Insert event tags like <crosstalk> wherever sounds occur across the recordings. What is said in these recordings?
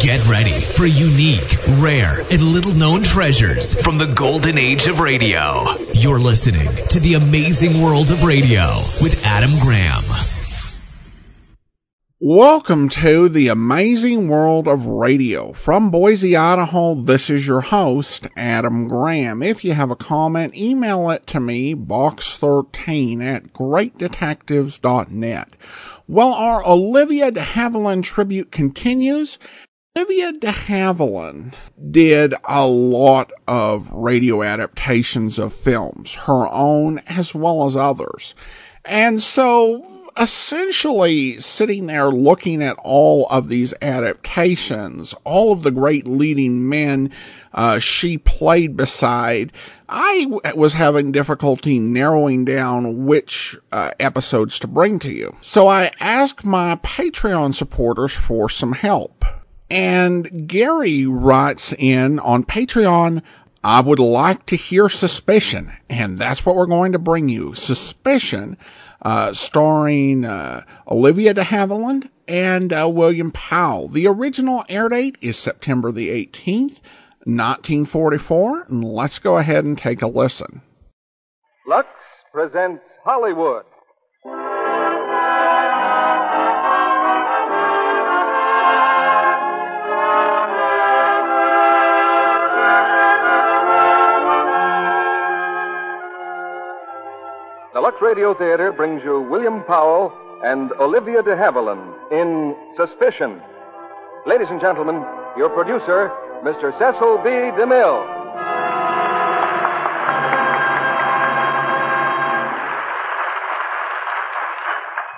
Get ready for unique, rare, and little known treasures from the golden age of radio. You're listening to The Amazing World of Radio with Adam Graham. Welcome to the amazing world of radio. From Boise, Idaho, this is your host, Adam Graham. If you have a comment, email it to me, box13 at greatdetectives.net. Well, our Olivia de Havilland tribute continues. Olivia de Havilland did a lot of radio adaptations of films, her own as well as others. And so essentially sitting there looking at all of these adaptations, all of the great leading men uh, she played beside, I w- was having difficulty narrowing down which uh, episodes to bring to you. So I asked my Patreon supporters for some help. And Gary writes in on Patreon, I would like to hear Suspicion, and that's what we're going to bring you. Suspicion, uh, starring uh, Olivia de Havilland and uh, William Powell. The original air date is September the 18th, 1944, and let's go ahead and take a listen. Lux presents Hollywood. The Lux Radio Theater brings you William Powell and Olivia de Havilland in Suspicion. Ladies and gentlemen, your producer, Mr. Cecil B. DeMille.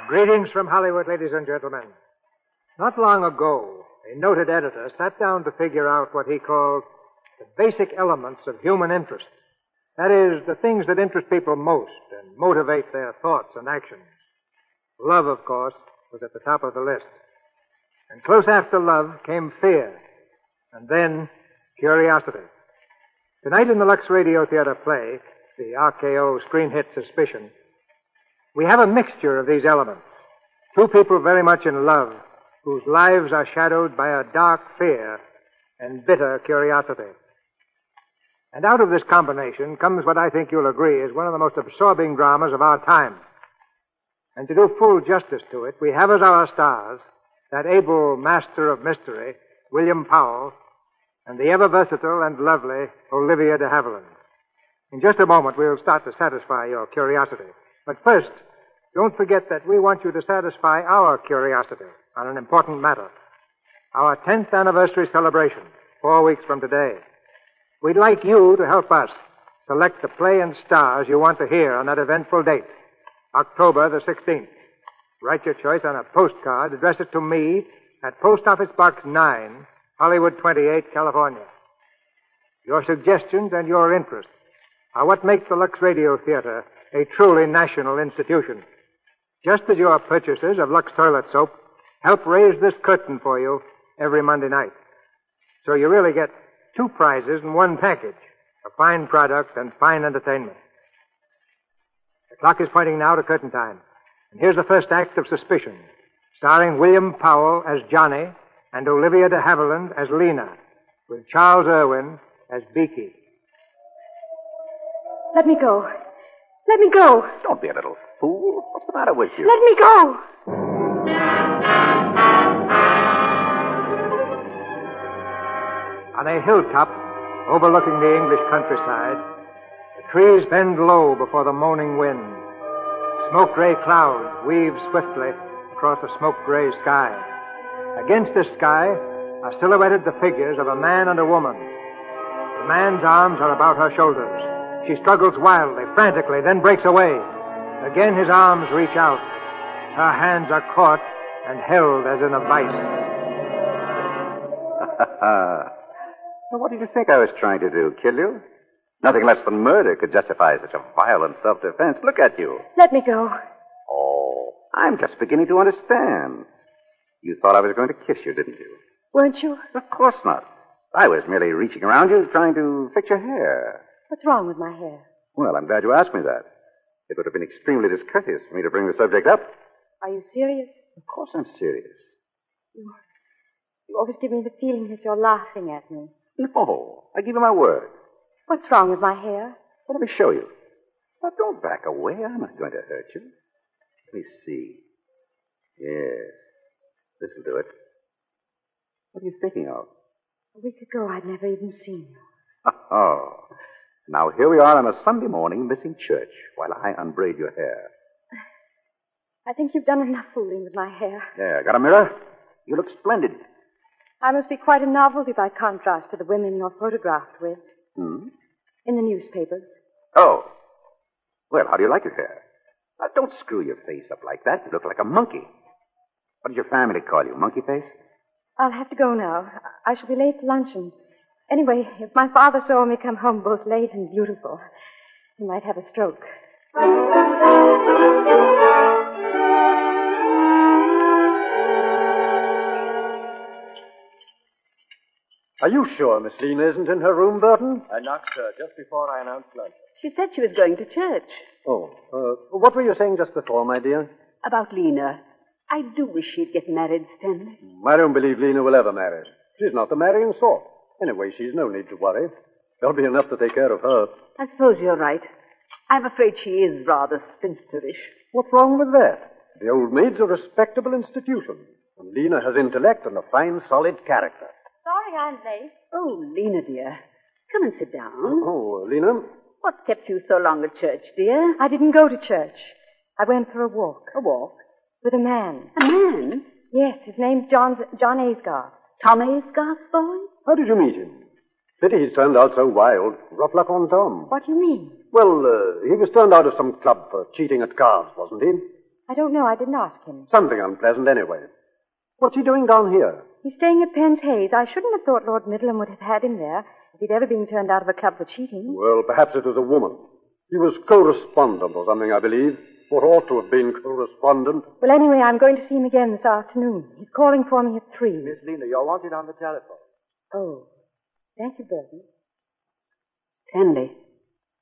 Greetings from Hollywood, ladies and gentlemen. Not long ago, a noted editor sat down to figure out what he called the basic elements of human interest. That is, the things that interest people most and motivate their thoughts and actions. Love, of course, was at the top of the list. And close after love came fear, and then curiosity. Tonight in the Lux Radio Theater play, the RKO screen hit Suspicion, we have a mixture of these elements. Two people very much in love, whose lives are shadowed by a dark fear and bitter curiosity. And out of this combination comes what I think you'll agree is one of the most absorbing dramas of our time. And to do full justice to it, we have as our stars that able master of mystery, William Powell, and the ever versatile and lovely Olivia de Havilland. In just a moment, we'll start to satisfy your curiosity. But first, don't forget that we want you to satisfy our curiosity on an important matter. Our 10th anniversary celebration, four weeks from today. We'd like you to help us select the play and stars you want to hear on that eventful date, October the 16th. Write your choice on a postcard, address it to me at Post Office Box 9, Hollywood 28, California. Your suggestions and your interests are what make the Lux Radio Theater a truly national institution. Just as your purchases of Lux toilet soap help raise this curtain for you every Monday night. So you really get two prizes in one package a fine product and fine entertainment. The clock is pointing now to curtain time. And here's the first act of suspicion, starring William Powell as Johnny and Olivia de Havilland as Lena, with Charles Irwin as Beaky. Let me go. Let me go. Don't be a little fool. What's the matter with you? <laughs> Let me go. On a hilltop overlooking the English countryside, the trees bend low before the moaning wind. Smoke gray clouds weave swiftly across a smoke gray sky. Against this sky are silhouetted the figures of a man and a woman. The man's arms are about her shoulders. She struggles wildly, frantically, then breaks away. Again, his arms reach out. Her hands are caught and held as in a vice. Now, what did you think I was trying to do? Kill you? Nothing less than murder could justify such a violent self defense. Look at you. Let me go. Oh, I'm just beginning to understand. You thought I was going to kiss you, didn't you? Weren't you? Of course not. I was merely reaching around you, trying to fix your hair. What's wrong with my hair? Well, I'm glad you asked me that. It would have been extremely discourteous for me to bring the subject up. Are you serious? Of course I'm serious. You always give me the feeling that you're laughing at me. No, I give you my word. What's wrong with my hair? Well, let me show you. Now, don't back away. I'm not going to hurt you. Let me see. Yes, this will do it. What are you thinking of? <laughs> A week ago, I'd never even seen you. Oh, now here we are on a Sunday morning missing church while I unbraid your hair. I think you've done enough fooling with my hair. There, got a mirror? You look splendid. I must be quite a novelty by contrast to the women you're photographed with Hmm? in the newspapers. Oh. Well, how do you like your hair? Now, don't screw your face up like that. You look like a monkey. What did your family call you, monkey face? I'll have to go now. I shall be late for luncheon. Anyway, if my father saw me come home both late and beautiful, he might have a stroke. Are you sure Miss Lena isn't in her room, Burton? I knocked her Uh, just before I announced lunch. She said she was going to church. Oh, uh, what were you saying just before, my dear? About Lena. I do wish she'd get married, Stanley. I don't believe Lena will ever marry. She's not the marrying sort. Anyway, she's no need to worry. There'll be enough to take care of her. I suppose you're right. I'm afraid she is rather spinsterish. What's wrong with that? The old maid's a respectable institution, and Lena has intellect and a fine, solid character. Sorry I'm late. Oh, Lena, dear. Come and sit down. Oh, Lena, What kept you so long at church, dear? I didn't go to church. I went for a walk A walk. with a man. A man? Yes, his name's John, John Aysgarth. Tom Aysgarth's boy? how did you meet him? Pity he's turned out so wild. Rough luck on Tom. What do you mean? Well, uh, he was turned out of some club for cheating at cards, wasn't he? I don't know. I didn't ask him. Something unpleasant, anyway. What's he doing down here? He's staying at Penn's Hayes. I shouldn't have thought Lord Midland would have had him there if he'd ever been turned out of a club for cheating. Well, perhaps it was a woman. He was correspondent or something, I believe. What ought to have been correspondent. Well, anyway, I'm going to see him again this afternoon. He's calling for me at three. Miss Lena, you're wanted on the telephone. Oh, thank you, Burton. Stanley.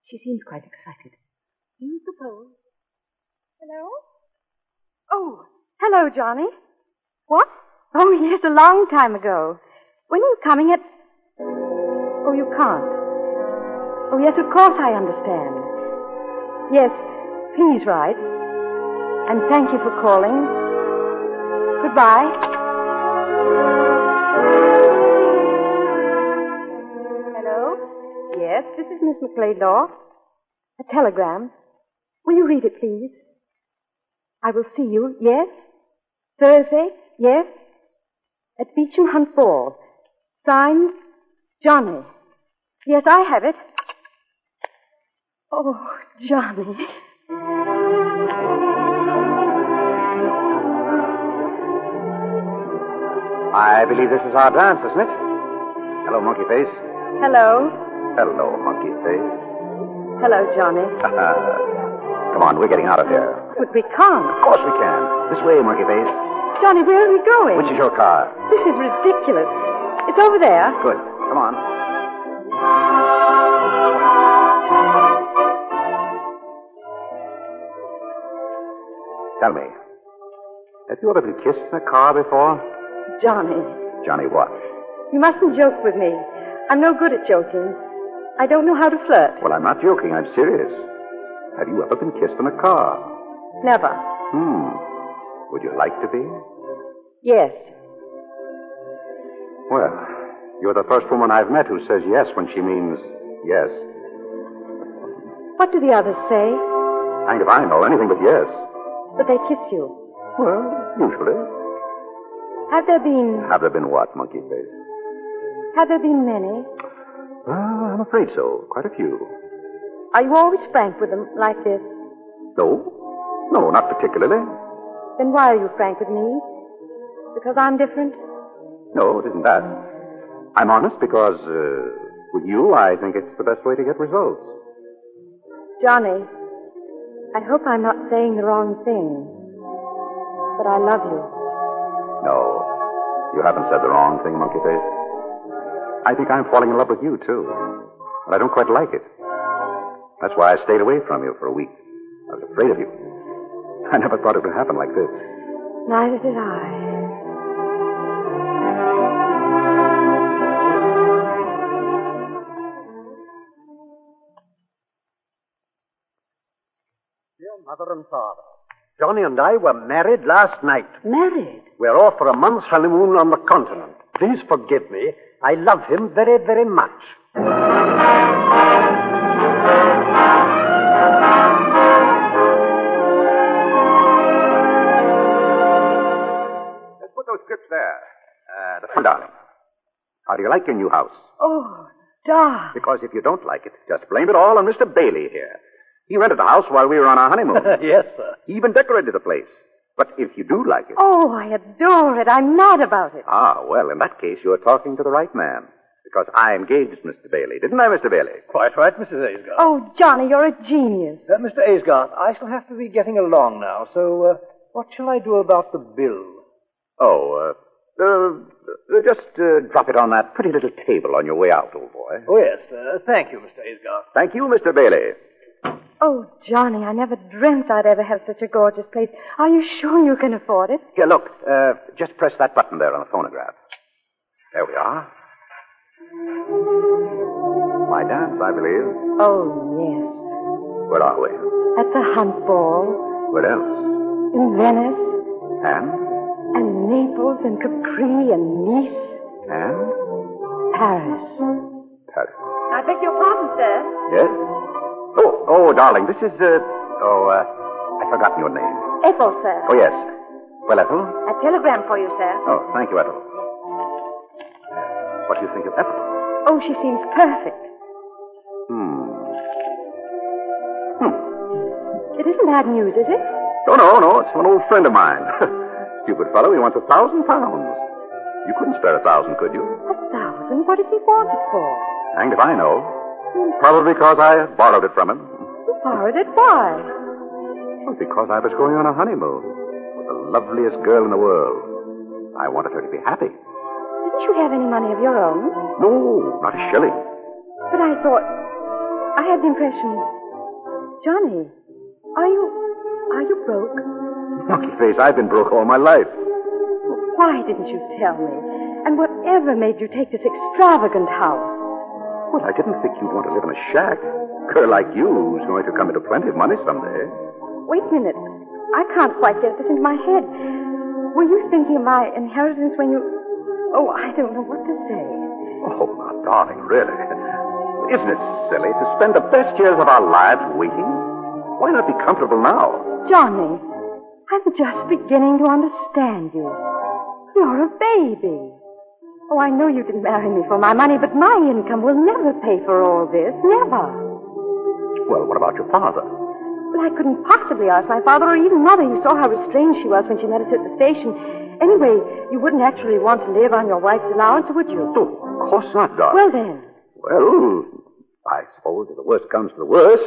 She seems quite excited. Do you suppose? Hello? Oh, hello, Johnny. What? Oh, <laughs> yes, a long time ago. When are you coming at. Oh, you can't. Oh, yes, of course I understand. Yes, please write. And thank you for calling. Goodbye. Hello? Yes, this is Miss McLeodlaw. A telegram. Will you read it, please? I will see you, yes? Thursday, yes? At Beecham Hunt Ball. Signed, Johnny. Yes, I have it. Oh, Johnny. I believe this is our dance, isn't it? Hello, monkey face. Hello. Hello, monkey face. <laughs> Hello, Johnny. Come on, we're getting out of here. But we can't. Of course we can. This way, monkey face. Johnny, where are we going? Which is your car? This is ridiculous. It's over there. Good. Come on. Tell me, have you ever been kissed in a car before? Johnny. Johnny, what? You mustn't joke with me. I'm no good at joking. I don't know how to flirt. Well, I'm not joking. I'm serious. Have you ever been kissed in a car? Never. Hmm. Would you like to be? Yes. Well, you're the first woman I've met who says yes when she means yes. What do the others say? Kind of I know anything but yes. But they kiss you. Well, usually. Have there been Have there been what, monkey face? have there been many? Well, Ah, I'm afraid so. Quite a few. Are you always frank with them like this? No? No, not particularly. Then why are you frank with me? Because I'm different? No, it isn't that. I'm honest because, uh, with you, I think it's the best way to get results. Johnny, I hope I'm not saying the wrong thing. But I love you. No, you haven't said the wrong thing, Monkey Face. I think I'm falling in love with you, too. But I don't quite like it. That's why I stayed away from you for a week. I was was afraid of you. <laughs> I never thought it would happen like this. Neither did I. Dear mother and father, Johnny and I were married last night. Married? We're off for a month's honeymoon on the continent. Please forgive me. I love him very, very much. Let's put those scripts there. Uh, the front, darling. How do you like your new house? Oh, darling. Because if you don't like it, just blame it all on Mr. Bailey here. He rented the house while we were on our honeymoon. <laughs> yes, sir. he even decorated the place. But if you do like it. Oh, I adore it. I'm mad about it. Ah, well, in that case, you are talking to the right man. Because I engaged Mr. Bailey, didn't I, Mr. Bailey? Quite right, Mrs. Aysgarth. Oh, Johnny, you're a genius. Uh, Mr. Aysgarth, I shall have to be getting along now, so uh, what shall I do about the bill? Oh, uh, uh, uh, just uh, drop it on that pretty little table on your way out, old boy. Oh, yes, uh, thank you, Mr. Aysgarth. Thank you, Mr. Bailey. Oh, Johnny, I never dreamt I'd ever have such a gorgeous place. Are you sure you can afford it? Here, look, uh, just press that button there on the phonograph. There we are. My dance, I believe. Oh, Where are we? yes. At the Hunt Ball, What else? in Venice, And? and Naples, and Capri, and Nice, And? Paris. Paris. I beg your pardon, sir. Yes? Oh, oh, darling, this is, uh, oh, uh, I've forgotten your name. Ethel, sir. Oh, yes. Well, Ethel? A telegram for you, sir. Oh, thank you, Ethel. What do you think of Ethel? Oh, she seems perfect. Hmm. Hmm. It isn't bad news, is it? No, Oh, no, no. It's from an old friend of mine. <laughs> Stupid fellow. He wants a thousand pounds. You couldn't spare a thousand, could you? A thousand? What does he want it for? Hanged if I know. Probably because I borrowed it from him. He borrowed it. Why? Well, because I was going on a honeymoon with the loveliest girl in the world. I wanted her to be happy. Didn't you have any money of your own? No, not a shilling. <laughs> But I thought. I had the impression. Johnny, are you. Are you broke? Lucky face, I've been broke all my life. Why didn't you tell me? And whatever made you take this extravagant house? Well, I didn't think you'd want to live in a shack. A girl like you who's going to come into plenty of money someday. Wait a minute. I can't quite get this into my head. Were you thinking of my inheritance when you. Oh, I don't know what to say. Oh, my darling, really. <laughs> Isn't it silly to spend the best years of our lives waiting? Why not be comfortable now? Johnny, I'm just beginning to understand you. You're a baby. Oh, I know you didn't marry me for my money, but my income will never pay for all this. Never. Well, what about your father? But I couldn't possibly ask my father or even mother. You saw how restrained she was when she met us at the station. Anyway, you wouldn't actually want to live on your wife's allowance, would you? No, of course not, darling. Well, then. Well, I suppose if the worst comes to the worst,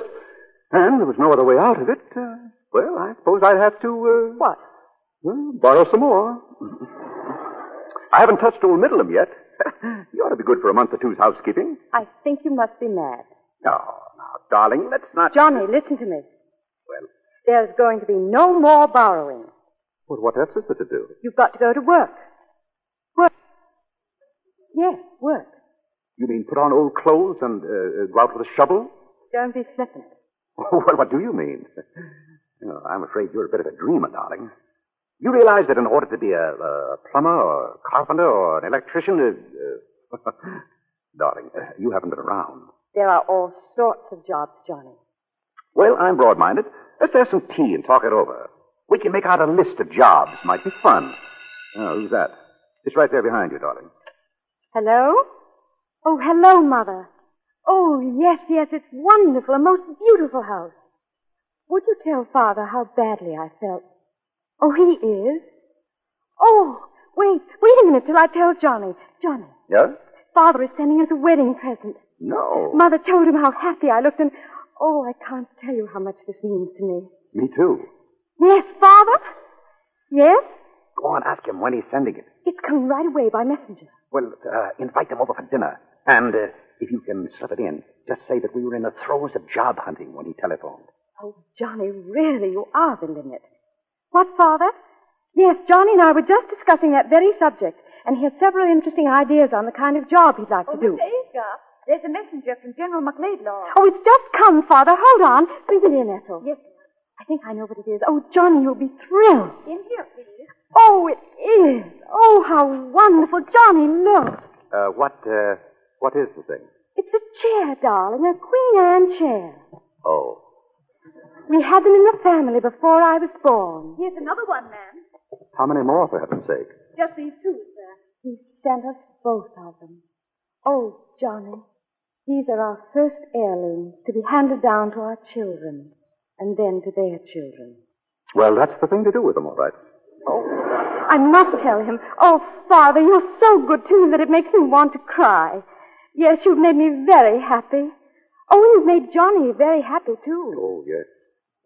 and there was no other way out of it, uh, well, I suppose I'd have to, uh, What? well, borrow some more. <laughs> I haven't touched old Middleham yet. <laughs> you ought to be good for a month or two's housekeeping. I think you must be mad. No, now, darling, let's not. Johnny, listen to me. Well, There's going to be no more borrowing. well, what else is there to do? You've got to go to work. Work. Yes, work. You mean put on old clothes and uh, uh, go out with a shovel? <laughs> Don't be flippant. well, what do you mean? <laughs> No, I'm afraid you're a bit of a dreamer, darling. You realize that in order to be a, a plumber or a carpenter or an electrician, uh, <laughs> uh, darling, uh, you haven't been around. There are all sorts of jobs, Johnny. Well, I'm broad-minded. Let's have some tea and talk it over. We can make out a list of jobs. Might be fun. Oh, who's that? It's right there behind you, darling. Hello? Oh, hello, Mother. Oh, yes, yes, it's wonderful, a most beautiful house. Would you tell Father how badly I felt? Oh, he is? Oh, wait, wait a minute till I tell Johnny. Johnny, Yeah? Father is sending us a wedding present. No. Mother told him how happy I looked, and oh, I can't tell you how much this means to me. Me too. Yes, Father? Yes? Go on, ask him when he's sending it. It's coming right away by messenger. Well, uh, invite them over for dinner. And uh, if you can slip it in, just say that we were in the throes of job hunting when he telephoned. Oh, Johnny, really, you are the limit. What, Father? Yes, Johnny and I were just discussing that very subject, and he has several interesting ideas on the kind of job he'd like Oh, to do. Mr. Aesop, there's a messenger from General McLeodlaw. Oh, it's just come, Father. Hold on. Bring it in, Ethel. Yes, I think I know what it is. Oh, Johnny, you'll be thrilled. in here, please. Oh, it is. Oh, how wonderful. Johnny, look. Uh, what, uh, what is the thing? It's a chair, darling, a Queen Anne chair. Oh, We had them in the family before I was born. Here's another one, ma'am. how many more, for heaven's sake? Just these two, sir. He sent us both of them. Oh, Johnny, these are our first heirlooms to be handed down to our children and then to their children. Well, that's the thing to do with them, all right. Oh, I must tell him. Oh, Father, you're so good to me that it makes me want to cry. Yes, you've made me very happy. Oh, and you've made Johnny very happy, too. Oh, yes.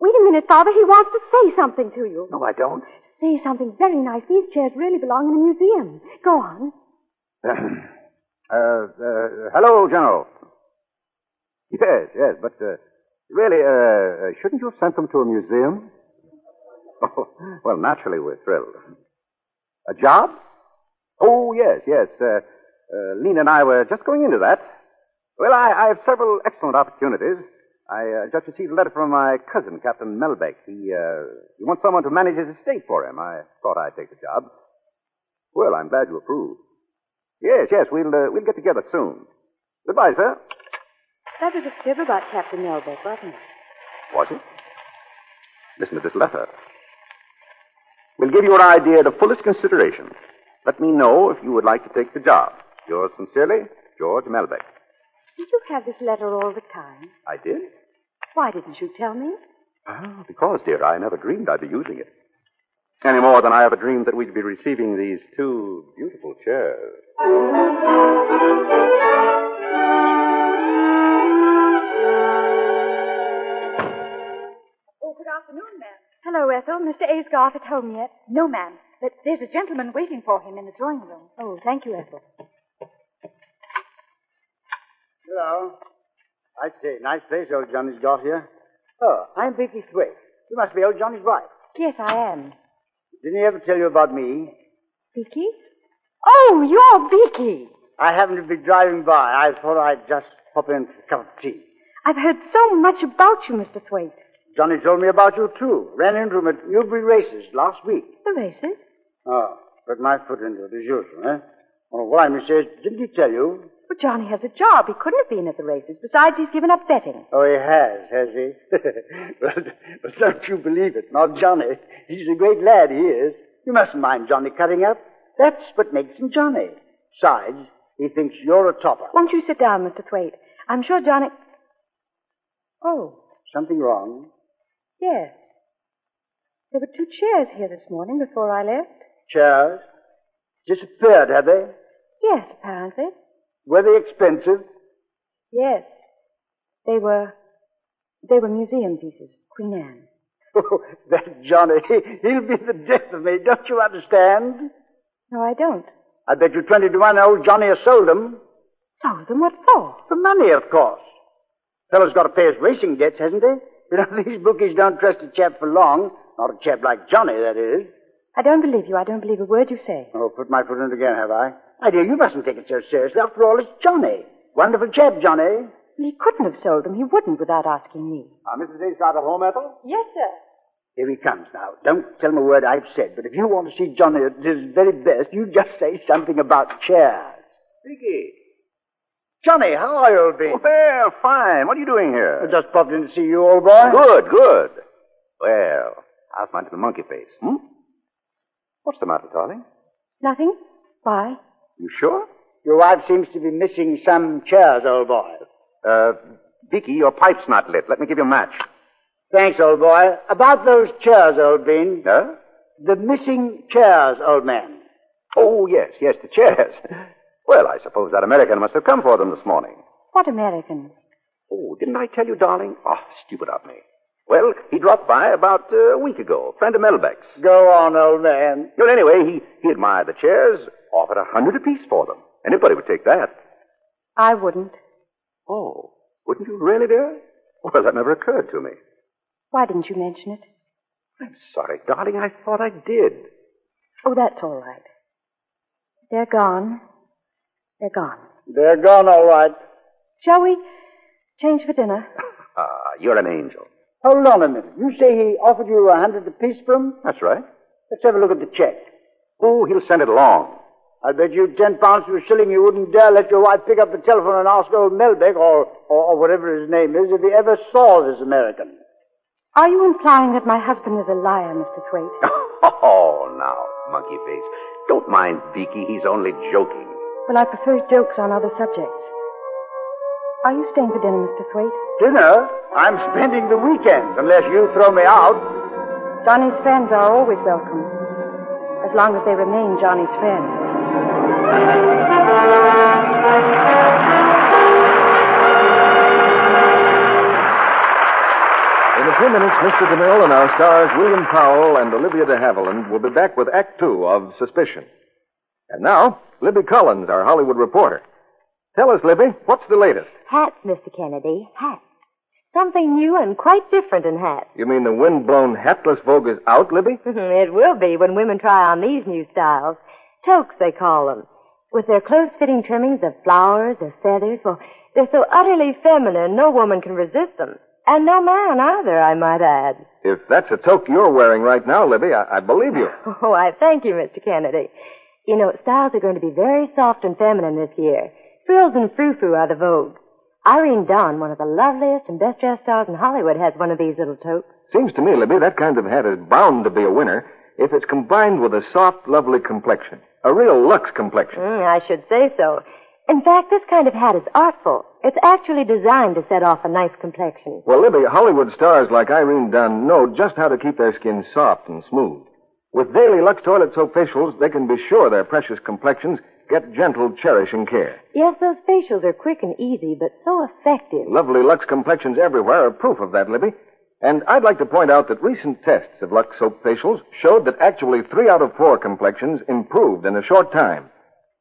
Wait a minute, Father. He wants to say something to you. No, I don't. Say something very nice. These chairs really belong in a museum. Go on. <coughs> uh, uh, hello, General. Yes, yes, but uh, really, uh, uh, shouldn't you have sent them to a museum? <laughs> Oh, well, naturally, we're thrilled. A job? Oh, yes, yes. Uh, uh, Lena and I were just going into that. Well, I, I have several excellent opportunities. I uh, just received a letter from my cousin, Captain Melbeck. He, uh, he wants someone to manage his estate for him. I thought I'd take the job. Well, I'm glad you approve. Yes, yes, we'll uh, we'll get together soon. Goodbye, sir. That was a fib about Captain Melbeck, wasn't it? Was it? Listen to this letter. We'll give your idea the fullest consideration. Let me know if you would like to take the job. Yours sincerely, George Melbeck. Did you have this letter all the time? I did. Why didn't you tell me? Ah, because, dear, I never dreamed I'd be using it. Any more than I ever dreamed that we'd be receiving these two beautiful chairs. Oh, good afternoon, ma'am. Hello, Ethel. Mr. Aysgarth at home yet? No, ma'am. But there's a gentleman waiting for him in the drawing room. Oh, thank you, Ethel. Hello. I say, nice place old Johnny's got here. Oh, I'm Vicky Thwaite. You must be old Johnny's wife. Yes, I am. Didn't he ever tell you about me? Vicky? Oh, you're Vicky. I happened to be driving by. I thought I'd just pop in for a cup of tea. I've heard so much about you, Mr. Thwaite. Johnny told me about you, too. Ran into him at Newbury Races last week. The races? Oh, put my foot into it as usual, eh? Well, why, Miss says, didn't he tell you? Well, Johnny has a job. He couldn't have been at the races. Besides, he's given up betting. Oh, he has, has he? <laughs> well, well, don't you believe it. Not Johnny. He's a great lad, he is. You mustn't mind Johnny cutting up. That's what makes him Johnny. Besides, he thinks you're a topper. Won't you sit down, Mr. Thwaite? I'm sure Johnny. Oh, Something wrong? yes. There were two chairs here this morning before I left. Chairs? Disappeared, have they? Yes, apparently. Were they expensive? Yes. They were. They were museum pieces. Queen Anne. <laughs> Oh, <laughs> that Johnny, he'll be the death of me. Don't you understand? No, I don't. I bet you 20 to 1 old Johnny has sold them. Sold them? What for? For money, of course. Fellow's got to pay his racing debts, hasn't he? You know, <laughs> these bookies don't trust a chap for long. Not a chap like Johnny, that is. I don't believe you. I don't believe a word you say. Oh, put my foot in it again, have I? My dear, you mustn't take it so seriously. After all, it's Johnny. Wonderful chap, Johnny. He couldn't have sold them. He wouldn't without asking me. Uh, Are Mrs. Aysart at home, Ethel? Yes, sir. Here he comes now. Don't tell him a word I've said, but if you want to see Johnny at his very best, you just say something about chairs. Vicky. Johnny, how are you, old bean? Well, Oh, fine. What are you doing here? I just popped in to see you, old boy. Good, good. Well, how's my little monkey face? Hmm? What's the matter, darling? Nothing? Why? You sure? Your wife seems to be missing some chairs, old boy. Uh, Vicky, your pipe's not lit. Let me give you a match. Thanks, old boy. About those chairs, old bean. Huh? The missing chairs, old man. Oh, yes, yes, the chairs. <laughs> Well, I suppose that American must have come for them this morning. What American? Oh, didn't I tell you, darling? Oh, stupid of me. Well, he dropped by about uh, a week ago, friend of Melbeck's. Go on, old man. Well, anyway, he, he admired the chairs, offered a hundred apiece for them. Anybody would take that. I wouldn't. Oh, wouldn't you really, dear? Well, that never occurred to me. Why didn't you mention it? I'm sorry, darling. I thought I did. Oh, that's all right. They're gone. They're gone. They're gone, all right. Shall we change for dinner? Ah, you're an angel. Hold on a minute. You say he offered you a hundred apiece for 'em? That's right. Let's have a look at the check. Oh, he'll send it along. I bet you ten pounds to a shilling you wouldn't dare let your wife pick up the telephone and ask old Melbeck or, or whatever his name is if he ever saw this American. Are you implying that my husband is a liar, Mr. Thwaite? <laughs> Oh, now, monkey face. Don't mind Vicky. He's only joking. well, I prefer jokes on other subjects. Are you staying for dinner, Mr. Thwaite? Dinner? I'm spending the weekend, unless you throw me out. Johnny's friends are always welcome, as long as they remain Johnny's friends. In a few minutes, Mr. DeMille and our stars William Powell and Olivia de Havilland will be back with Act Two of Suspicion. And now, Libby Collins, our Hollywood reporter. Tell us, Libby, what's the latest? Hats, Mr. Kennedy, hats. Something new and quite different in hats. <laughs> You mean the wind-blown hatless vogue is out, Libby? it will be when women try on these new styles. Toques, they call them. With their close-fitting trimmings of flowers or feathers, well, they're so utterly feminine, no woman can resist them. And no man either, I might add. <laughs> If that's a toque you're wearing right now, Libby, I, I believe you. Oh, I thank you, Mr. Kennedy. You know, styles are going to be very soft and feminine this year. Frills and frou-frou are the vogue. Irene Don, one of the loveliest and best-dressed stars in Hollywood, has one of these little toques. Seems to me, Libby, that kind of hat is bound to be a winner if it's combined with a soft, lovely complexion. A real luxe complexion. Hmm, Mm, I should say so. In fact, this kind of hat is artful. It's actually designed to set off a nice complexion. Well, Libby, Hollywood stars like Irene Dunn know just how to keep their skin soft and smooth. With daily Lux Toilet Soap facials, they can be sure their precious complexions get gentle, cherishing care. Yes, those facials are quick and easy, but so effective. Lovely Lux complexions everywhere are proof of that, Libby. And I'd like to point out that recent tests of Lux Soap facials showed that actually three out of four complexions improved in a short time.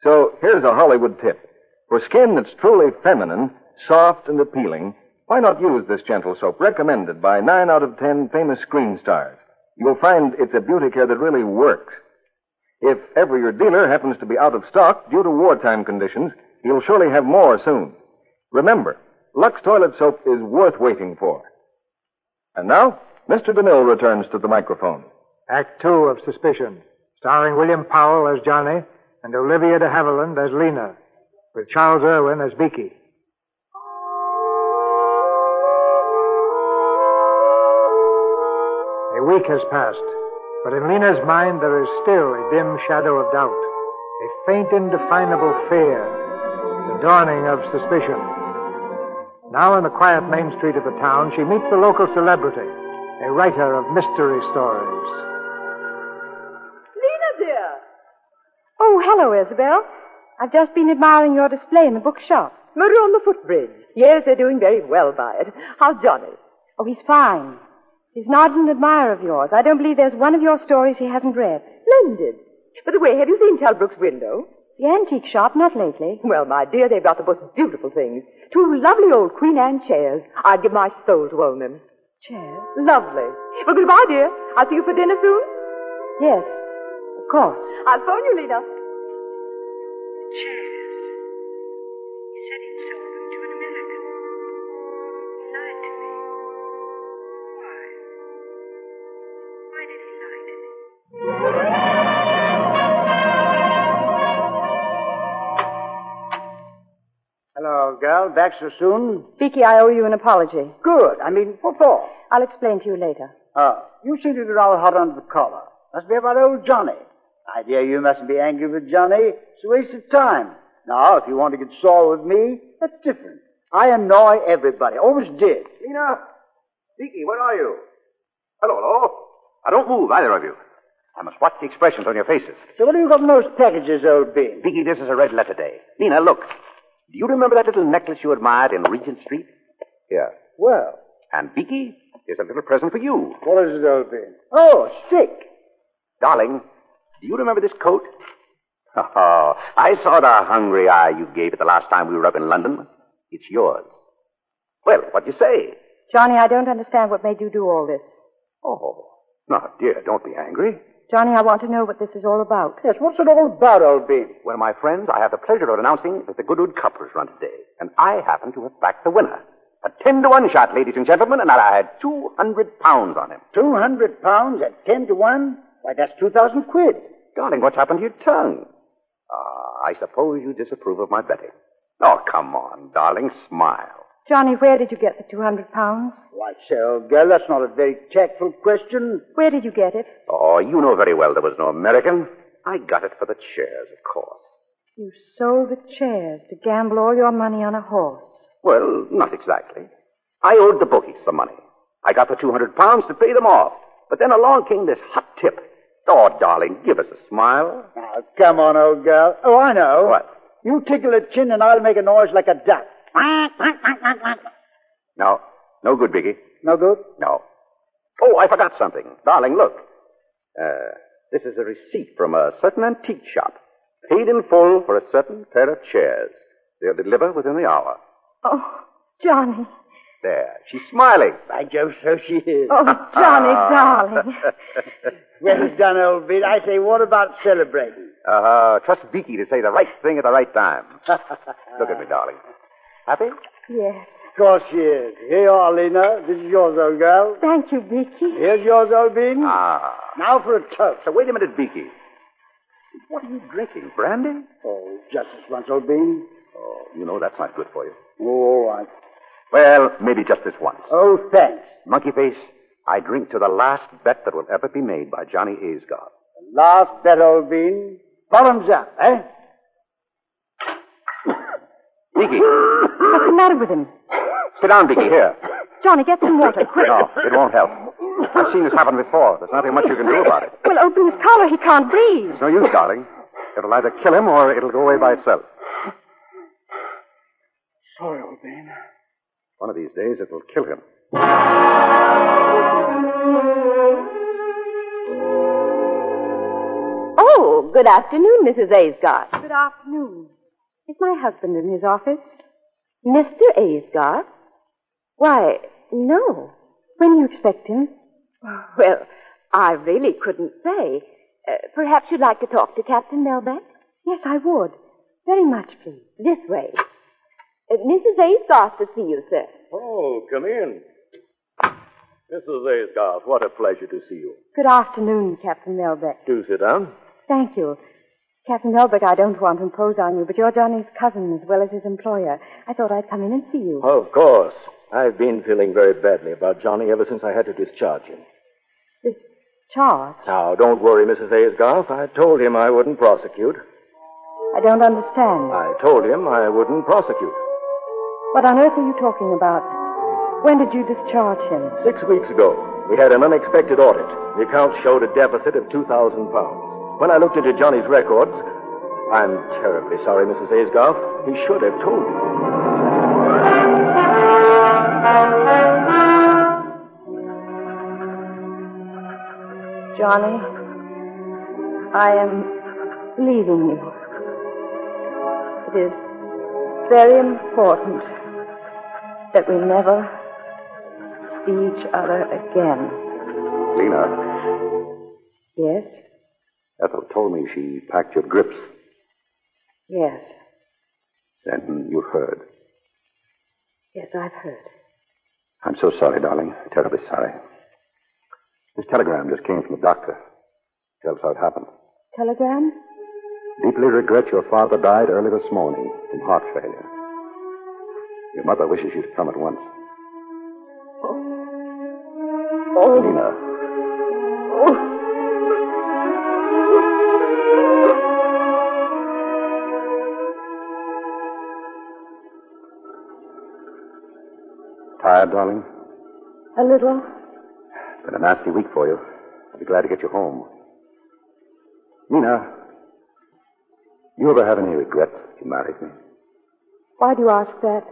So here's a Hollywood tip. For skin that's truly feminine, soft, and appealing, why not use this gentle soap recommended by nine out of ten famous screen stars? You'll find it's a beauty care that really works. If ever your dealer happens to be out of stock due to wartime conditions, he'll surely have more soon. Remember, Lux Toilet Soap is worth waiting for. And now, Mr. DeMille returns to the microphone. Act Two of Suspicion, starring William Powell as Johnny and Olivia de Havilland as Lena, with Charles Irwin as Vicky. A week has passed, but in Lena's mind there is still a dim shadow of doubt, a faint, indefinable fear, the dawning of suspicion. Now, in the quiet main street of the town, she meets the local celebrity, a writer of mystery stories. Lena, dear. Oh, hello, Isabel. I've just been admiring your display in the bookshop. Murder on the footbridge. Yes, they're doing very well by it. How's Johnny? Oh, he's fine. He's not an admirer of yours. I don't believe there's one of your stories he hasn't read. Splendid. By the way, have you seen Talbrook's window? The antique shop, not lately. Well, my dear, they've got the most beautiful things. Two lovely old Queen Anne chairs. I'd give my soul to own them. Chairs? Lovely. Well, goodbye, dear. I'll see you for dinner soon. Yes, of course. I'll phone you, Lena. Hello, girl. Back so soon? Vicky, I owe you an apology. Good. I mean, what for? I'll explain to you later. Oh, you seem to be rather hot under the collar. Must be about old Johnny. My dear, you mustn't be angry with Johnny. It's a waste of time. Now, if you want to get sore with me, that's different. I annoy everybody. Always did. Lena! Vicky, where are you? Hello, hello. Now, don't move, either of you. I must watch the expressions on your faces. So what do you got in those packages, old bean? Vicky, this is a red letter day. Lena, look. Do you remember that little necklace you admired in Regent Street? Here. Well, And Vicky, here's a little present for you. what is it, old bean? Oh, stick. Darling, do you remember this coat? Oh, <laughs> I saw the hungry eye you gave it the last time we were up in London. It's yours. Well, what do you say? Johnny, I don't understand what made you do all this. Oh, now, dear, don't be angry. Johnny, I want to know what this is all about. Yes, what's it all about, old bean? Well, my friends, I have the pleasure of announcing that the Goodwood Cup was run today, and I happen to have backed the winner. A ten to one shot, ladies and gentlemen, and I had two hundred pounds on him. Two hundred pounds at ten to one? Why, that's two thousand quid. Darling, what's happened to your tongue? Ah, I suppose you disapprove of my betting. Oh, come on, darling, smile. Johnny, where did you get the 200 pounds? Why, Cheryl, girl, that's not a very tactful question. Where did you get it? Oh, you know very well there was no American. I got it for the chairs, of course. You sold the chairs to gamble all your money on a horse. Well, not exactly. I owed the bookies some money. I got the 200 pounds to pay them off. But then along came this hot tip. Oh, darling, give us a smile. Now, Ah, come on, old girl. Oh, I know. What? You tickle a chin and I'll make a noise like a duck. No, no good, Biggie. No good? No. Oh, I forgot something. Darling, look. Uh, this is a receipt from a certain antique shop. Paid in full for a certain pair of chairs. They'll deliver within the hour. Oh, Johnny. There, she's smiling. By Jove, so she is. Oh, Ah. Johnny, darling. <laughs> well done, old bean. I say, what about celebrating? Uh, trust Beaky to say the right thing at the right <laughs> time. Look at me, darling. Happy? Yes. Of course she is. Here you are, Lena. This is yours, old girl. Thank you, Beaky. Here's yours, old bean. Ah. Now for a toast. So wait a minute, Beaky. What are you drinking? Brandy? Oh, just this once, old bean. Oh, you know that's not good for you. Oh, all right. Well, maybe just this once. Oh, thanks. Monkey face, I drink to the last bet that will ever be made by Johnny Aysgard. The last bet, old bean. Bottoms up, eh? <laughs> Biggie. What's the matter with him? Sit down, Biggie. Here. Johnny, get some water, quick. No, it won't help. I've seen this happen before. There's nothing much you can do about it. Well, open his collar. He can't breathe. It's no use, darling. It'll either kill him or it'll go away by itself. Sorry, old man. One of these days it will kill him. Oh, good afternoon, Mrs. Aysgard. Good afternoon. Is my husband in his office? Mr. Aysgard? Why, no. When do you expect him? Well, I really couldn't say. Uh, perhaps you'd like to talk to Captain Melbeck? Yes, I would. Very much, please. This way. Uh, Mrs. Aysgard to see you, sir. Oh, come in. Mrs. Aysgard, what a pleasure to see you. Good afternoon, Captain Melbeck. Do sit down. Thank you. Captain Melbeck, I don't want to impose on you, but you're Johnny's cousin as well as his employer. I thought I'd come in and see you. Oh, of course. I've been feeling very badly about Johnny ever since I had to discharge him. Discharge? Now, don't worry, Mrs. Aysgarth. I told him I wouldn't prosecute. I don't understand. I told him I wouldn't prosecute. What on earth are you talking about? When did you discharge him? Six weeks ago, we had an unexpected audit. The accounts showed a deficit of 2,000 pounds. When I looked into Johnny's records, I'm terribly sorry, Mrs. Aysgarth. He should have told you. Johnny, I am leaving you. It is very important that we never see each other again. Lena, Yes? Ethel told me she packed your grips. Yes. Then you heard. Yes, I've heard. I'm so sorry, darling. Terribly sorry. This telegram just came from the doctor. Tells how it happened. Telegram? Deeply regret your father died early this morning from heart failure. Your mother wishes you to come at once. Oh. Lena, tired, darling? A little. It's been a nasty week for you. I'll be glad to get you home. Nina, you ever have any regrets that you married me? Why do you ask that?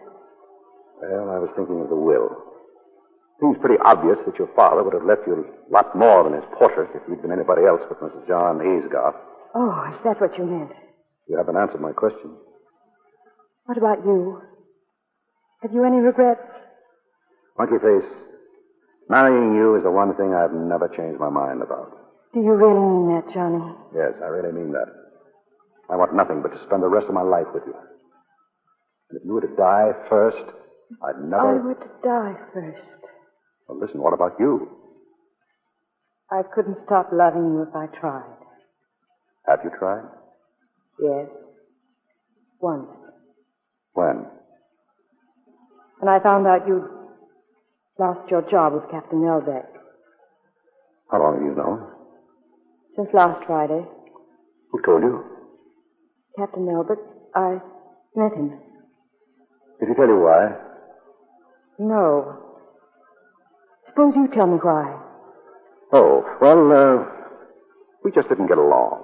Well, I was thinking of the will. Seems pretty obvious that your father would have left you a lot more than his portrait if you'd been anybody else but Mrs. John Aysgarth. Oh, is that what you meant? You haven't answered my question. What about you? Have you any regrets? Monkey Face, marrying you is the one thing I've never changed my mind about. Do you really mean that, Johnny? Yes, I really mean that. I want nothing but to spend the rest of my life with you. And if you were to die first, I'd never. I would die first. Well, listen, what about you? I couldn't stop loving you if I tried. Have you tried? Yes. Once. When? And I found out you'd lost your job with Captain Elbeck How long have you known? since last Friday. Who told you? Captain Elbeck, I met him. Did he tell you why? No. Suppose you tell me why. Oh, well, uh, we just didn't get along.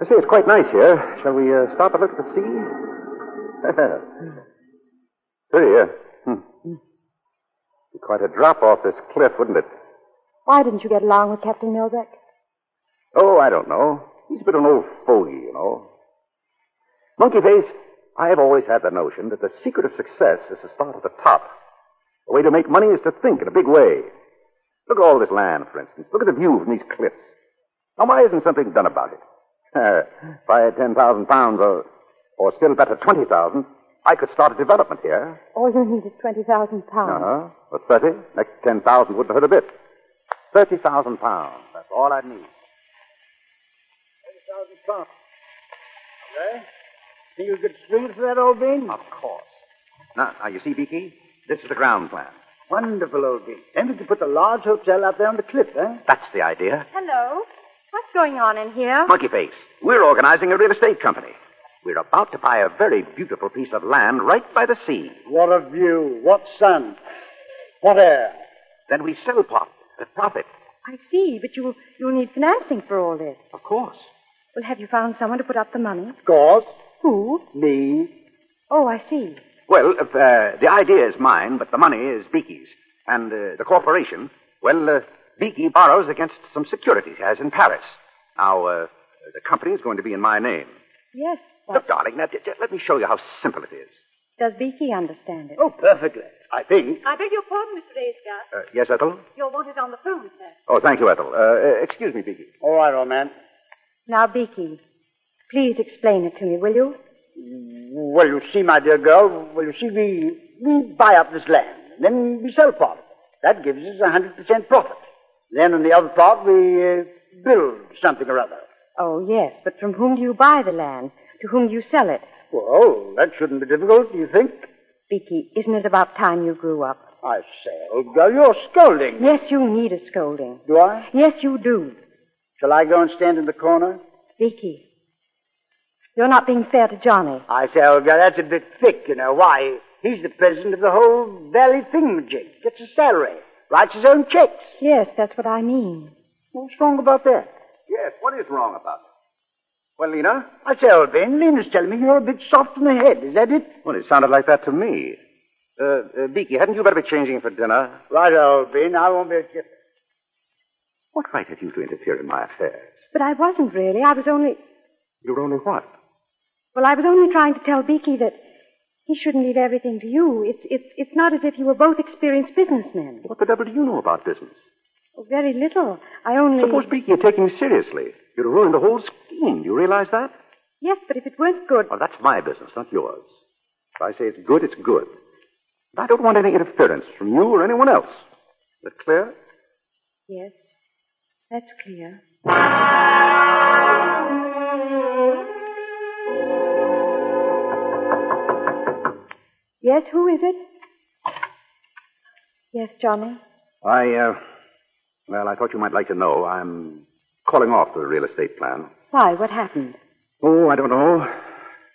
I say, it's quite nice here. Shall we uh, stop and look at the <laughs> sea? Pretty, yeah. Hmm. Be Quite a drop off this cliff, wouldn't it? Why didn't you get along with Captain Milbeck? Oh, I don't know. He's a bit of an old fogey, you know. Monkey Face, I have always had the notion that the secret of success is to start at the top. The way to make money is to think in a big way. Look at all this land, for instance. Look at the view from these cliffs. Now, why isn't something done about it? <laughs> if I had 10,000 pounds, or, or still better, 20,000, I could start a development here. All you need is 20,000 pounds. Uh-huh. Or 30. Next 10,000 wouldn't hurt a bit. 30,000 pounds. That's all I need. 30,000 pounds. Okay. Think you could swing it for that, old bean? Of course. Now, now you see, Beaky, this is the ground plan. Wonderful, old bean. Then we could put the large hotel up there on the cliff, eh? That's the idea. Hello? What's going on in here? Monkey Face, we're organizing a real estate company. We're about to buy a very beautiful piece of land right by the sea. What a view. What sun. What air. Then we sell plot at profit. I see, but you'll, you'll need financing for all this. Of course. Well, have you found someone to put up the money? Of course. Who? Me. Oh, I see. Well, if, uh, the idea is mine, but the money is Beaky's. And uh, the corporation, well, uh, Beaky borrows against some securities he has in Paris. Now, uh, the company is going to be in my name. Yes, but Look, darling, now, j- j- let me show you how simple it is. does Beaky understand it? Oh, perfectly. I think. I beg your pardon, Mr. Aysgar. Uh, yes, Ethel? You're wanted on the phone, sir. Oh, thank you, Ethel. Uh, uh, excuse me, Beaky. All right, old man. Now, Beaky, please explain it to me, will you? Well, you see, my dear girl, well, you see, we, we buy up this land, and then we sell part of it. That gives us a 100% profit. Then on the other part, we uh, build something or other. Oh, yes, but from whom do you buy the land? To whom do you sell it? Well, that shouldn't be difficult, do you think? Beaky, isn't it about time you grew up? I say, old girl, you're scolding. Yes, you need a scolding. Do I? Yes, you do. Shall I go and stand in the corner? Beaky, you're not being fair to Johnny. I say, old girl, that's a bit thick, you know. Why, he's the president of the whole Valley Thingamajig. Gets a salary. Writes his own checks. Yes, that's what I mean. What's wrong about that? Yes, what is wrong about it? Well, Lena? I say, old Ben, Lena's telling me you're a bit soft in the head. Is that it? Well, it sounded like that to me. Uh, uh, Beaky, hadn't you better be changing for dinner? Right, old Ben. I won't be... What right have you to interfere in my affairs? But I wasn't really. I was only. You're only what? Well, I was only trying to tell Beaky that he shouldn't leave everything to you. It's, it's, it's not as if you were both experienced businessmen. What the devil do you know about business? Oh, Very little. I only. Suppose Beaky had taken me seriously. You'd have ruined the whole scheme. You realize that? Yes, but if it weren't good. Well, that's my business, not yours. If I say it's good, it's good. But I don't want any interference from you or anyone else. Is that clear? Yes, that's clear. Yes, who is it? Yes, Johnny. I, uh, well, I thought you might like to know. I'm calling off the real estate plan. Why? What happened? Oh, I don't know.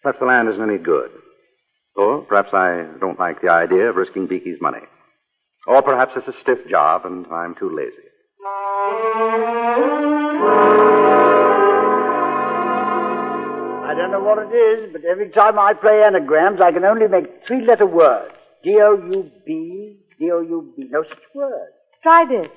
Perhaps the land isn't any good. Or perhaps I don't like the idea of risking Beaky's money. Or perhaps it's a stiff job and I'm too lazy. I don't know what it is, but every time I play anagrams, I can only make three letter words D O U B, D O U B. No such word. Try this.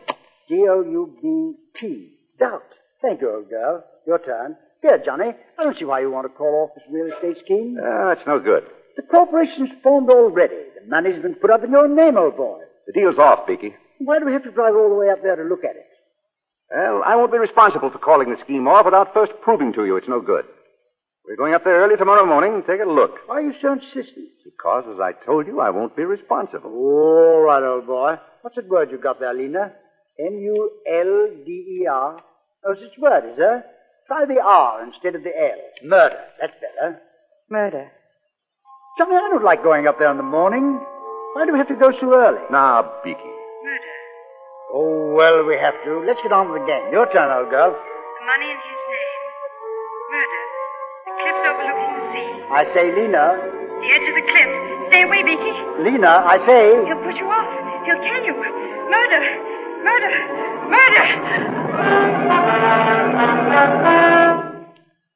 D O U B T. Doubt. Thank you, old girl. Your turn. Here, Johnny. I don't see why you want to call off this real estate scheme. Uh, it's no good. The corporation's formed already. The money's been put up in your name, old boy. The deal's off, Beaky. Why do we have to drive all the way up there to look at it? Well, I won't be responsible for calling the scheme off without first proving to you it's no good. We're going up there early tomorrow morning and take a look. Why are you so insistent? Because, as I told you, I won't be responsible. All right, old boy. What's that word you got there, Lena? M U L D E R. Oh, such word, is there? Try the R instead of the L. Murder. That's better. Murder. Johnny, I don't like going up there in the morning. Why do we have to go so early? Now, Beaky. Murder. Oh, well, we have to. Let's get on with the game. Your turn, old girl. The money in his name. Murder. The cliff's overlooking the sea. I say, Lena. The edge of the cliff. Stay away, Beaky. Lena, I say. He'll push you off. He'll kill you. Murder. Murder. Murder.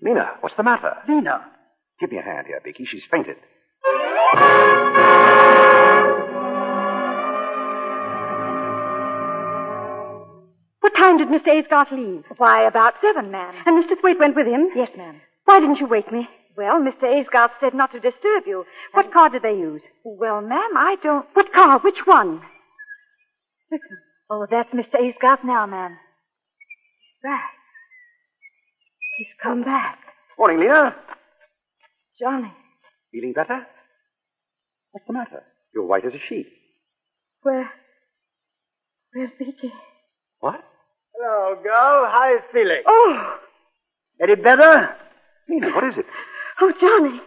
Lena, what's the matter? Lena. Give me a hand here, Beaky. She's fainted. What time did Mr. Aysgarth leave? Why, about seven, ma'am. And Mr. Thwaite went with him? Yes, ma'am. Why didn't you wake me? Well, Mr. Aysgarth said not to disturb you. What car did they use? Well, ma'am, I don't. What car? Which one? Listen. Oh, that's Mr. Aysgarth now, ma'am. He's back. He's come back. Morning, Lena. Johnny. Feeling better? What's the matter? You're white as a sheet. Where? Where's Beaky? What? Hello, old girl. How you feeling? Oh! Any better? Lena, what is it? Oh, Johnny.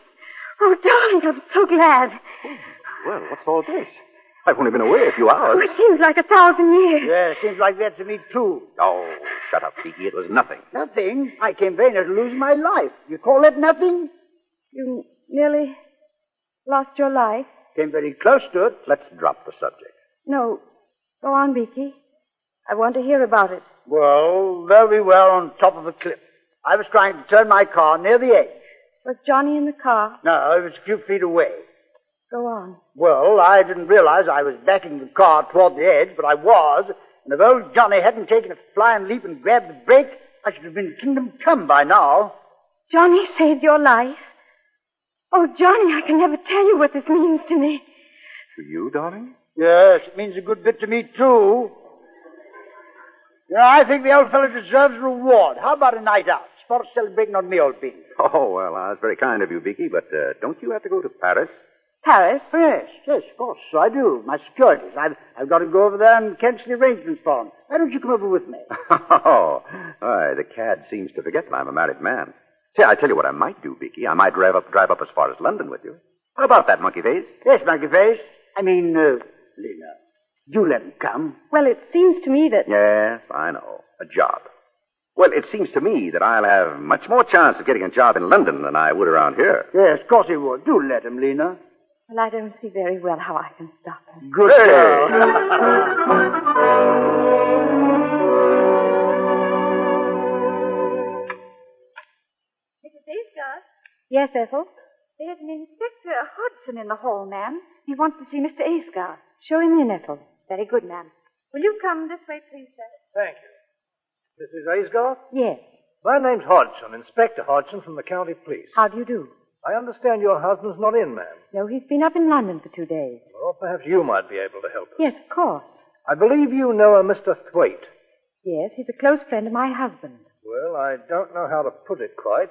Oh, darling, I'm so glad. Well, what's all this? I've only been away a few Oh, hours. it seems like a thousand years. Yeah, seems like that to me, too. Oh, shut up, Beaky. It was nothing. Nothing. I came very near to losing my life. You call that nothing? You nearly lost your life. Came very close to it. Let's drop the subject. No. Go on, Beaky. I want to hear about it. Well, there we were on top of a cliff. I was trying to turn my car near the edge. Was Johnny in the car? No, it was a few feet away. Go on. Well, I didn't realize I was backing the car toward the edge, but I was. And if old Johnny hadn't taken a flying leap and grabbed the brake, I should have been kingdom come by now. Johnny saved your life. Oh, Johnny, I can never tell you what this means to me. To you, darling? Yes, it means a good bit to me, too. You know, I think the old fellow deserves a reward. How about a night out? Sport celebrating on me, old bean. Oh, well, uh, it's very kind of you, Beaky, but uh, don't you have to go to Paris? <laughs> Paris? Yes, yes, of course. I do. My securities. I've, I've got to go over there and cancel the arrangements for him. Why don't you come over with me? Oh, why, the cad seems to forget that I'm a married man. See, I tell you what I might do, Beaky. I might drive up, drive up as far as London with you. How about that, Monkey Face? Yes, Monkey Face. I mean, uh, Lena, you let him come. Well, it seems to me that. Yes, I know. A job. Well, it seems to me that I'll have much more chance of getting a job in London than I would around here. Yes, of course he would. Do let him, Lena. Well, I don't see very well how I can stop him. Good Hey! Mrs. Aysgarth, Yes, Ethel? there's an Inspector Hodgson in the hall, ma'am. He wants to see Mr. Aysgarth. Show him in, Ethel. Very good, ma'am. Will you come this way, please, sir? Thank you. Mrs. Aysgarth? Yes. My name's Hodgson, Inspector Hodgson from the county police. How do you do? I understand your husband's not in, ma'am. No, he's been up in London for two days. Or perhaps you might be able to help us. Yes, of course. I believe you know a Mr. Thwaite. Yes, he's a close friend of my husband. Well, I don't know how to put it quite.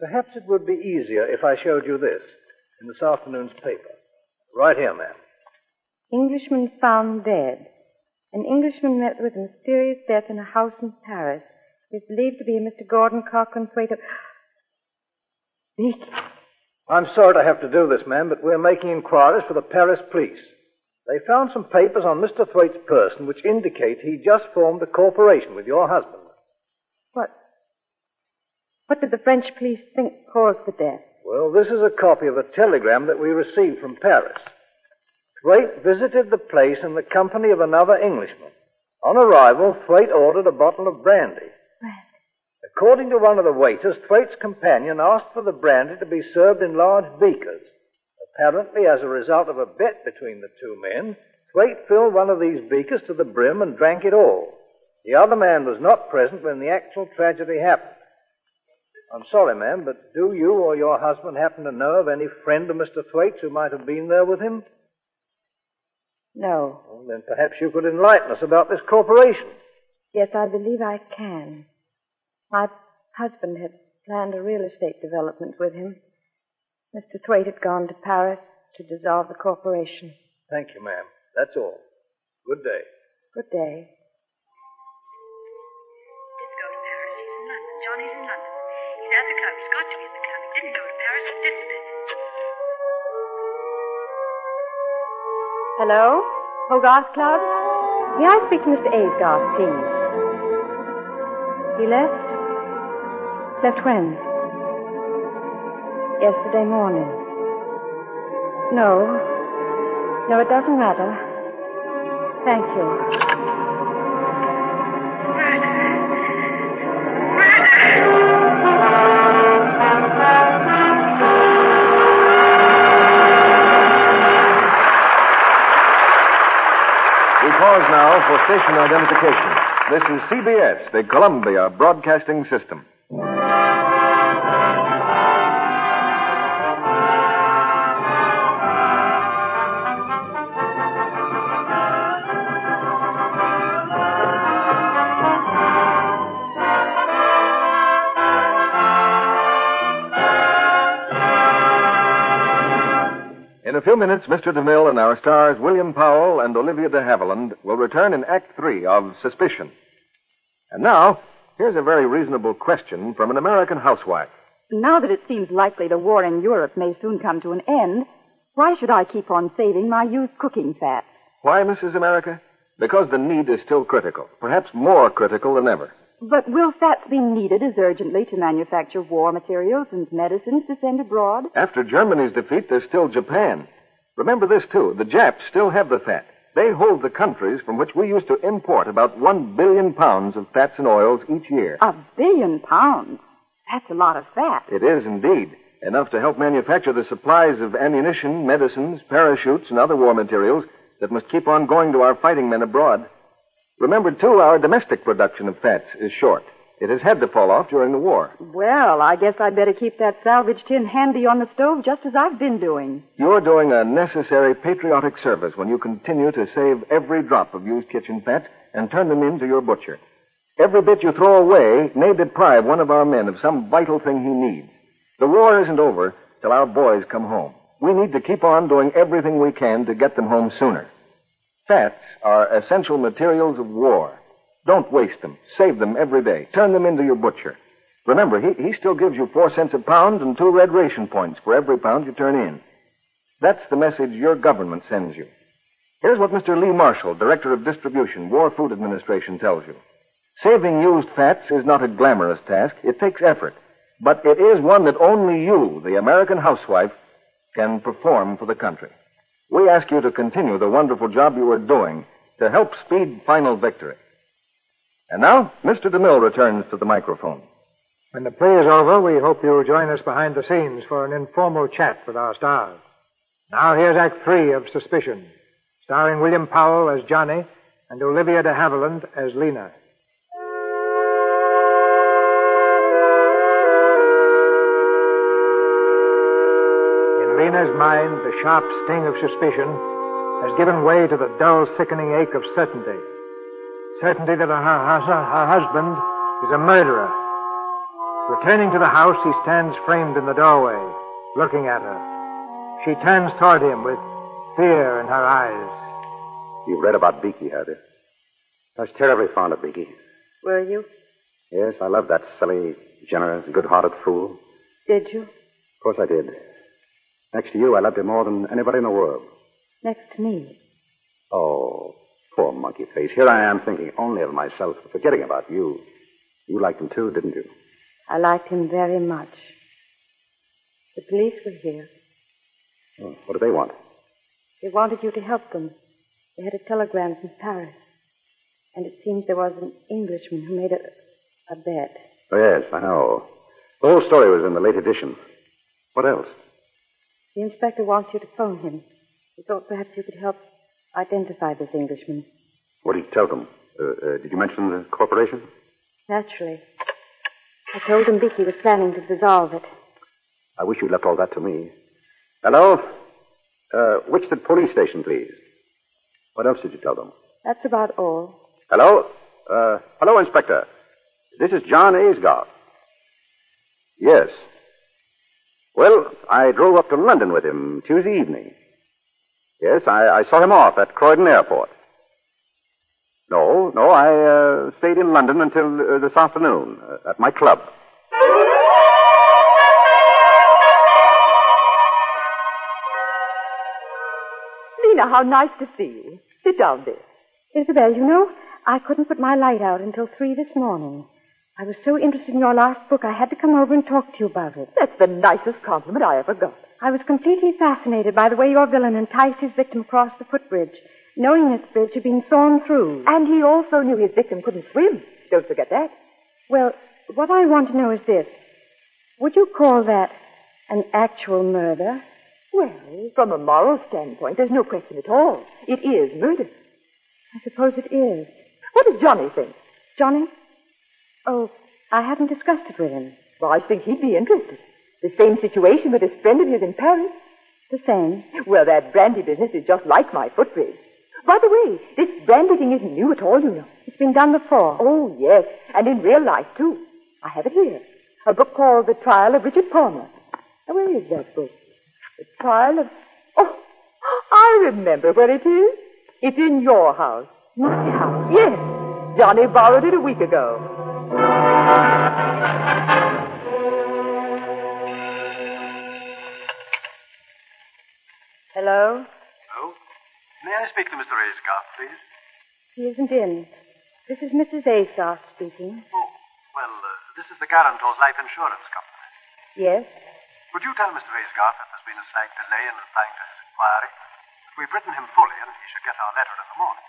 Perhaps it would be easier if I showed you this in this afternoon's paper. Right here, ma'am. Englishman found dead. An Englishman met with a mysterious death in a house in Paris. Is believed to be Mr. Gordon Cochran Thwaite of. Nick, I'm sorry to have to do this, ma'am, but we're making inquiries for the Paris police. They found some papers on Mr. Thwaite's person which indicate he just formed a corporation with your husband. what. What did the French police think caused the death? Well, this is a copy of a telegram that we received from Paris. Thwaite visited the place in the company of another Englishman. On arrival, Thwaite ordered a bottle of brandy. According to one of the waiters, Thwaite's companion asked for the brandy to be served in large beakers. Apparently, as a result of a bet between the two men, Thwaite filled one of these beakers to the brim and drank it all. The other man was not present when the actual tragedy happened. I'm sorry, ma'am, but do you or your husband happen to know of any friend of Mr. Thwaite's who might have been there with him? No. Well, then perhaps you could enlighten us about this corporation. Yes, I believe I can. My husband had planned a real estate development with him. Mr. Thwaite had gone to Paris to dissolve the corporation. Thank you, ma'am. That's all. Good day. Good day. Didn't go to Paris. He's in London. Johnny's in London. He's at the club. He's got to be at the club. He didn't go to Paris. He didn't. Hello? Hogarth Club? May I speak to Mr. Aysgarth, please? He left? Left when? Yesterday morning. No. No, it doesn't matter. Thank you. We pause now for station identification. This is CBS, the Columbia Broadcasting System. In a few minutes, Mr. DeMille and our stars William Powell and Olivia de Havilland will return in Act Three of Suspicion. And now, here's a very reasonable question from an American housewife. Now that it seems likely the war in Europe may soon come to an end, why should I keep on saving my used cooking fat? Why, Mrs. America? Because the need is still critical, perhaps more critical than ever. But will fats be needed as urgently to manufacture war materials and medicines to send abroad? After Germany's defeat, there's still Japan. Remember this, too. The Japs still have the fat. They hold the countries from which we used to import about one billion pounds of fats and oils each year. Ah. A billion pounds? That's a lot of fat. It is indeed. Enough to help manufacture the supplies of ammunition, medicines, parachutes, and other war materials that must keep on going to our fighting men abroad. Remember, too, our domestic production of fats is short. It has had to fall off during the war. Well, I guess I'd better keep that salvage tin handy on the stove just as I've been doing. You're doing a necessary patriotic service when you continue to save every drop of used kitchen fats and turn them in to your butcher. Every bit you throw away may deprive one of our men of some vital thing he needs. The war isn't over till our boys come home. We need to keep on doing everything we can to get them home sooner. Fats are essential materials of war. Don't waste them. Save them every day. Turn them into your butcher. Remember, he, he still gives you four cents a pound and two red ration points for every pound you turn in. That's the message your government sends you. Here's what Mr. Lee Marshall, Director of Distribution, War Food Administration, tells you. Saving used fats is not a glamorous task. It takes effort. But it is one that only you, the American housewife, can perform for the country. We ask you to continue the wonderful job you are doing to help speed final victory. And now, Mr. DeMille returns to the microphone. When the play is over, we hope you'll join us behind the scenes for an informal chat with our stars. Now here's Act Three of Suspicion, starring William Powell as Johnny and Olivia de Havilland as Lena. In Lena's mind, the sharp sting of suspicion has given way to the dull, sickening ache of certainty. Certainty that her, her, her husband is a murderer. Returning to the house, he stands framed in the doorway, looking at her. She turns toward him with fear in her eyes. You've read about Beaky, have you? I was terribly fond of Beaky. Were you? Yes, I loved that silly, generous, good-hearted fool. Of Did you? course I did. Next to you, I loved him more than anybody in the world. Next to me. Oh, poor monkey face. Here I am thinking only of myself, forgetting about you. You liked him too, didn't you? I liked him very much. The police were here. Oh, what do they want? They wanted you to help them. They had a telegram from Paris. And it seems there was an Englishman who made a, a bet. Oh, yes, I know. The whole story was in the late edition. What else? The inspector wants you to phone him. He thought perhaps you could help identify this Englishman. What did you tell them? Uh, uh, did you mention the corporation? Naturally. I told him Vicky was planning to dissolve it. I wish you left all that to me. Hello? Uh, Wichita Police Station, please. What else did you tell them? That's about all. Hello? Uh, hello, Inspector. This is John Aesgoff. Yes. Well, I drove up to London with him Tuesday evening. Yes, I, I saw him off at Croydon Airport. No, no, I uh, stayed in London until uh, this afternoon uh, at my club. Lena, how nice to see you. Sit down, dear. Isabel, you know, I couldn't put my light out until three this morning. I was so interested in your last book, I had to come over and talk to you about it. That's the nicest compliment I ever got. I was completely fascinated by the way your villain enticed his victim across the footbridge, knowing this bridge had been sawn through. And he also knew his victim couldn't swim. Don't forget that. Well, what I want to know is this. Would you call that an actual murder? Well, from a moral standpoint, there's no question at all. It is murder. I suppose it is. What does Johnny think? Johnny? Oh, I haven't discussed it with him. Well, I think he'd be interested. The same situation with his friend of his in Paris. The same. Well, that brandy business is just like my footbridge. By the way, this brandy thing isn't new at all, you know. It's been done before. Oh, yes, and in real life, too. I have it here. A book called The Trial of Richard Palmer. Now, where is that book? The Trial of... Oh, I remember where it is. It's in your house. My house? Yes. Johnny borrowed it a week ago. Hello? Hello? May I speak to Mr. Ayscott, please? He isn't in. This is Mrs. Ayscott speaking. Oh, well, uh, this is the Garantor's Life Insurance Company. Yes? Would you tell Mr. Ayscott that there's been a slight delay in replying to his inquiry? That we've written him fully and he should get our letter in the morning.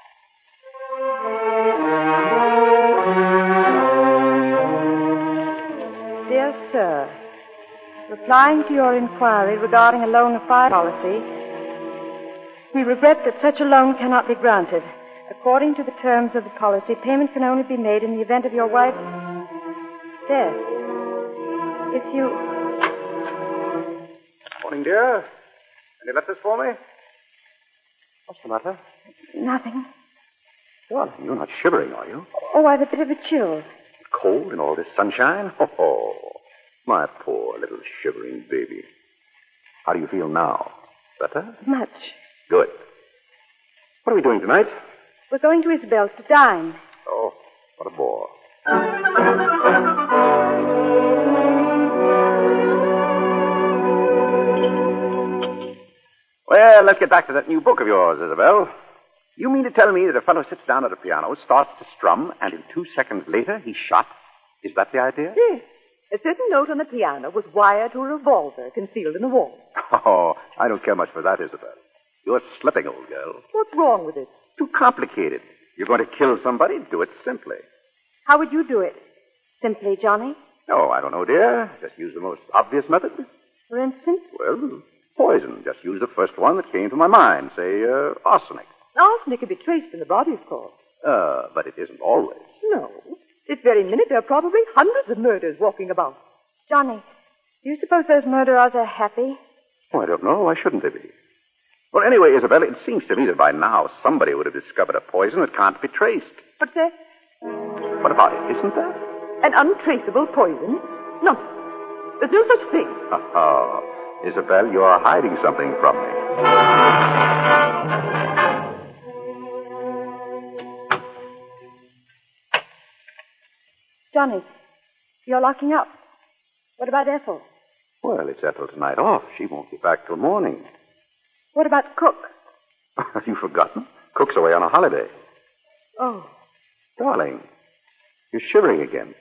Dear sir, replying to your inquiry regarding a loan of fire policy, we regret that such a loan cannot be granted. According to the terms of the policy, payment can only be made in the event of your wife's death. If you. Morning, dear. Any letters for me? What's the matter? Nothing. Darling, you're not shivering, are you? Oh, I've a bit of a chill. Cold in all this sunshine? <laughs> Oh, my poor little shivering baby. How do you feel now? Better? Much. Good. What are we doing tonight? We're going to Isabel's to dine. Oh, what a bore. Well, let's get back to that new book of yours, Isabel. You mean to tell me that a fellow sits down at a piano, starts to strum, and in two seconds later he's shot? Is that the idea? <laughs> Yes. A certain note on the piano was wired to a revolver concealed in the wall. Oh, I don't care much for that, Isabel. You're slipping, old girl. What's wrong with it? Too complicated. You're going to kill somebody, do it simply. How would you do it? Simply, Johnny? No, Oh, I don't know, dear. Just use the most obvious method. For instance? Well, poison. Just use the first one that came to my mind. Say, uh, arsenic. Arsenic can be traced in the body, of course. Uh, but it isn't always. No. This very minute, there are probably hundreds of murders walking about. Johnny, do you suppose those murderers are happy? Oh, I don't know. Why shouldn't they be? Well, anyway, Isabel, it seems to me that by now somebody would have discovered a poison that can't be traced. But there. What about it? Isn't there? An untraceable poison? Nonsense. There's no such thing. Oh, Isabel, you are hiding something from me. Johnny, you're locking up. What about Ethel? Well, it's Ethel tonight off. She won't get back till morning. <laughs> What about Cook? Have you forgotten? Cook's away on a holiday. Oh. Darling, you're shivering again.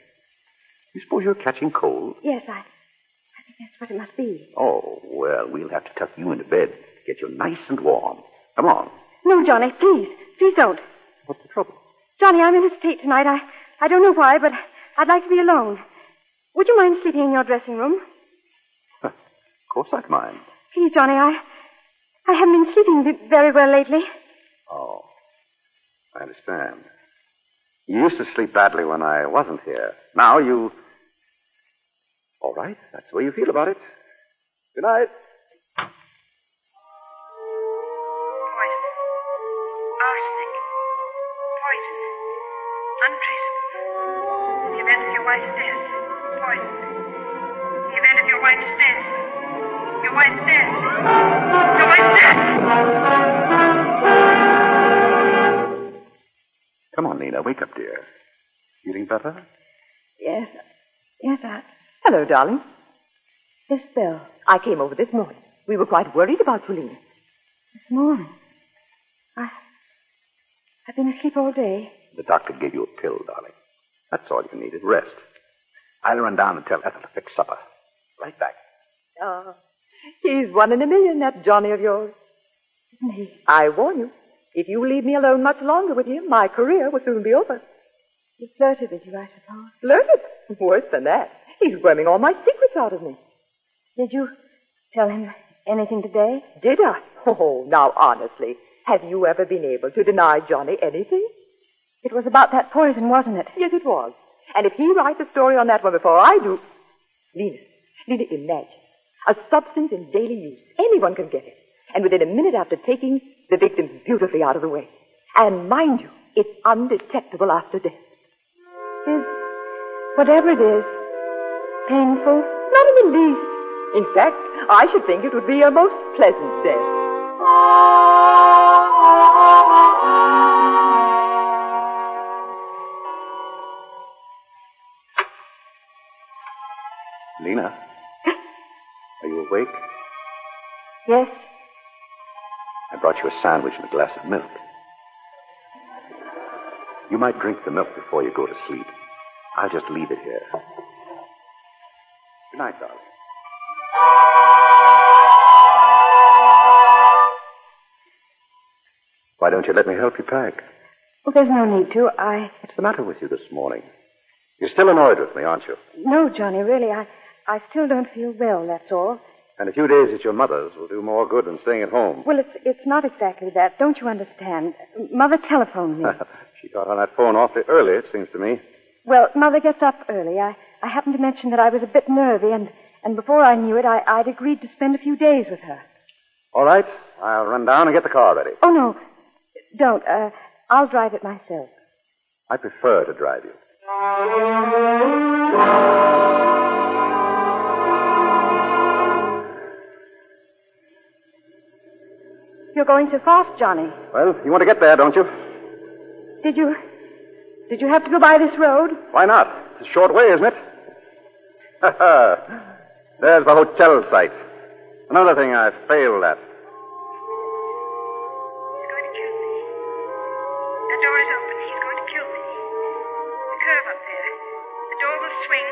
You suppose you're catching cold? Yes, I. I think that's what it must be. Oh, well, we'll have to tuck you into bed. Get you nice and warm. Come on. No, Johnny, please. Please don't. What's the trouble? Johnny, I'm in a state tonight. I, I don't know why, but I'd like to be alone. Would you mind sleeping in your dressing room? of course I'd mind. Please, Johnny, I. I haven't been sleeping very well lately. Oh, I understand. You used to sleep badly when I wasn't here. Now you. All right, that's the way you feel about it. Good night. Poison. Arsenic. Poison. Untraceable. In the event of your wife's death. Poison. In the event of your wife's death. Your wife's death. Your wife's death. Come on, Nina, wake up, dear. Feeling better? Yes. Yes, I. Hello, darling. Yes, Belle. I came over this morning. We were quite worried about you, Lena. This morning. I, I've been asleep all day. The doctor gave you a pill, darling. That's all you needed. Rest. I'll run down and tell Ethel to fix supper. Right back. Oh, he's one in a million, that Johnny of yours. Isn't he? I warn you, if you leave me alone much longer with him, my career will soon be over. He flirted with you, I suppose. Flirted? Worse than that. He's worming all my secrets out of me. Did you tell him anything today? Did I? Oh, now honestly, have you ever been able to deny Johnny anything? It was about that poison, wasn't it? Yes, it was. And if he writes a story on that one before I do. Lena, Lena, imagine. A substance in daily use. Anyone can get it. And within a minute after taking, the victim's beautifully out of the way. And mind you, it's undetectable after death. Is whatever it is painful? Not in the least. In fact, I should think it would be a most pleasant death. Lena, are you awake? Yes. I brought you a sandwich and a glass of milk. You might drink the milk before you go to sleep. I'll just leave it here. Good night, darling. Why don't you let me help you pack? Well, there's no need to. I. What's the matter with you this morning? You're still annoyed with me, aren't you? No, Johnny, really. I, I still don't feel well, that's all. And a few days at your mother's will do more good than staying at home. Well, it's, it's not exactly that. Don't you understand? Mother telephoned me. she got on that phone awfully early, it seems to me. Well, Mother gets up early. I, I happened to mention that I was a bit nervy, and, and before I knew it, I, I'd agreed to spend a few days with her. All right, I'll run down and get the car ready. Oh, no, don't. Uh, I'll drive it myself. I prefer to drive you. You're going so fast, Johnny. Well, you want to get there, don't you? Did you. Did you have to go by this road? Why not? It's a short way, isn't it? <laughs> Ha ha! There's the hotel site. Another thing I failed at. The door is open. He's going to kill me. The curve up there. The door will swing.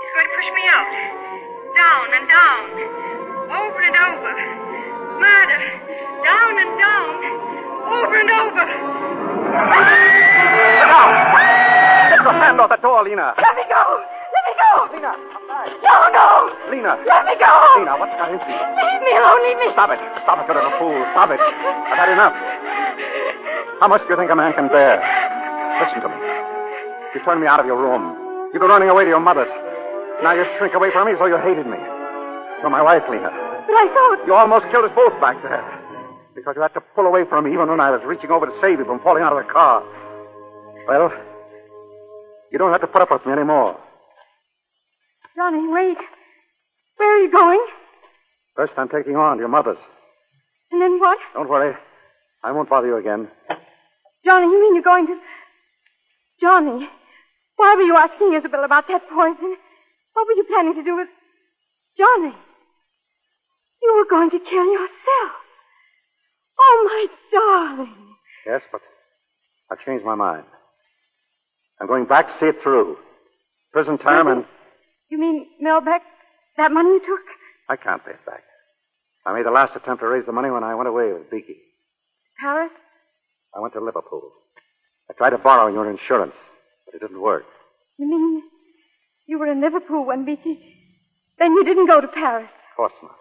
He's going to push me out. Down and down. Over and over. Murder. Down and down. Over and over. Get out! Get your hand off the door, Lena. Let me go! Let me go! Lena, come back. No, no! Lena. Let me go! Lena, what's got into you? Leave me alone, leave me. Stop it. Stop it, you little fool. Stop it. I've had enough. How much do you think a man can bear? Listen to me. You turned me out of your room. You go running away to your mother's. Now you shrink away from me, so you hated me. You're my wife, Lena. But I thought. You almost killed us both back there. Because you had to pull away from me even when I was reaching over to save you from falling out of the car. Well, you don't have to put up with me anymore. Johnny, wait. Where are you going? First, I'm taking you on to your mother's. And then what? Don't worry. I won't bother you again. Johnny, you mean you're going to. Johnny, why were you asking Isabel about that poison? What were you planning to do with. Johnny, you were going to kill yourself. Oh, my darling. Yes, but I've changed my mind. I'm going back to see it through. Prison time You and. You mean, Melbeck, that money you took? I can't pay it back. I made the last attempt to raise the money when I went away with Beaky. Paris? I went to Liverpool. I tried to borrow your insurance, but it didn't work. You mean you were in Liverpool when Beaky. Then you didn't go to Paris. Of course not.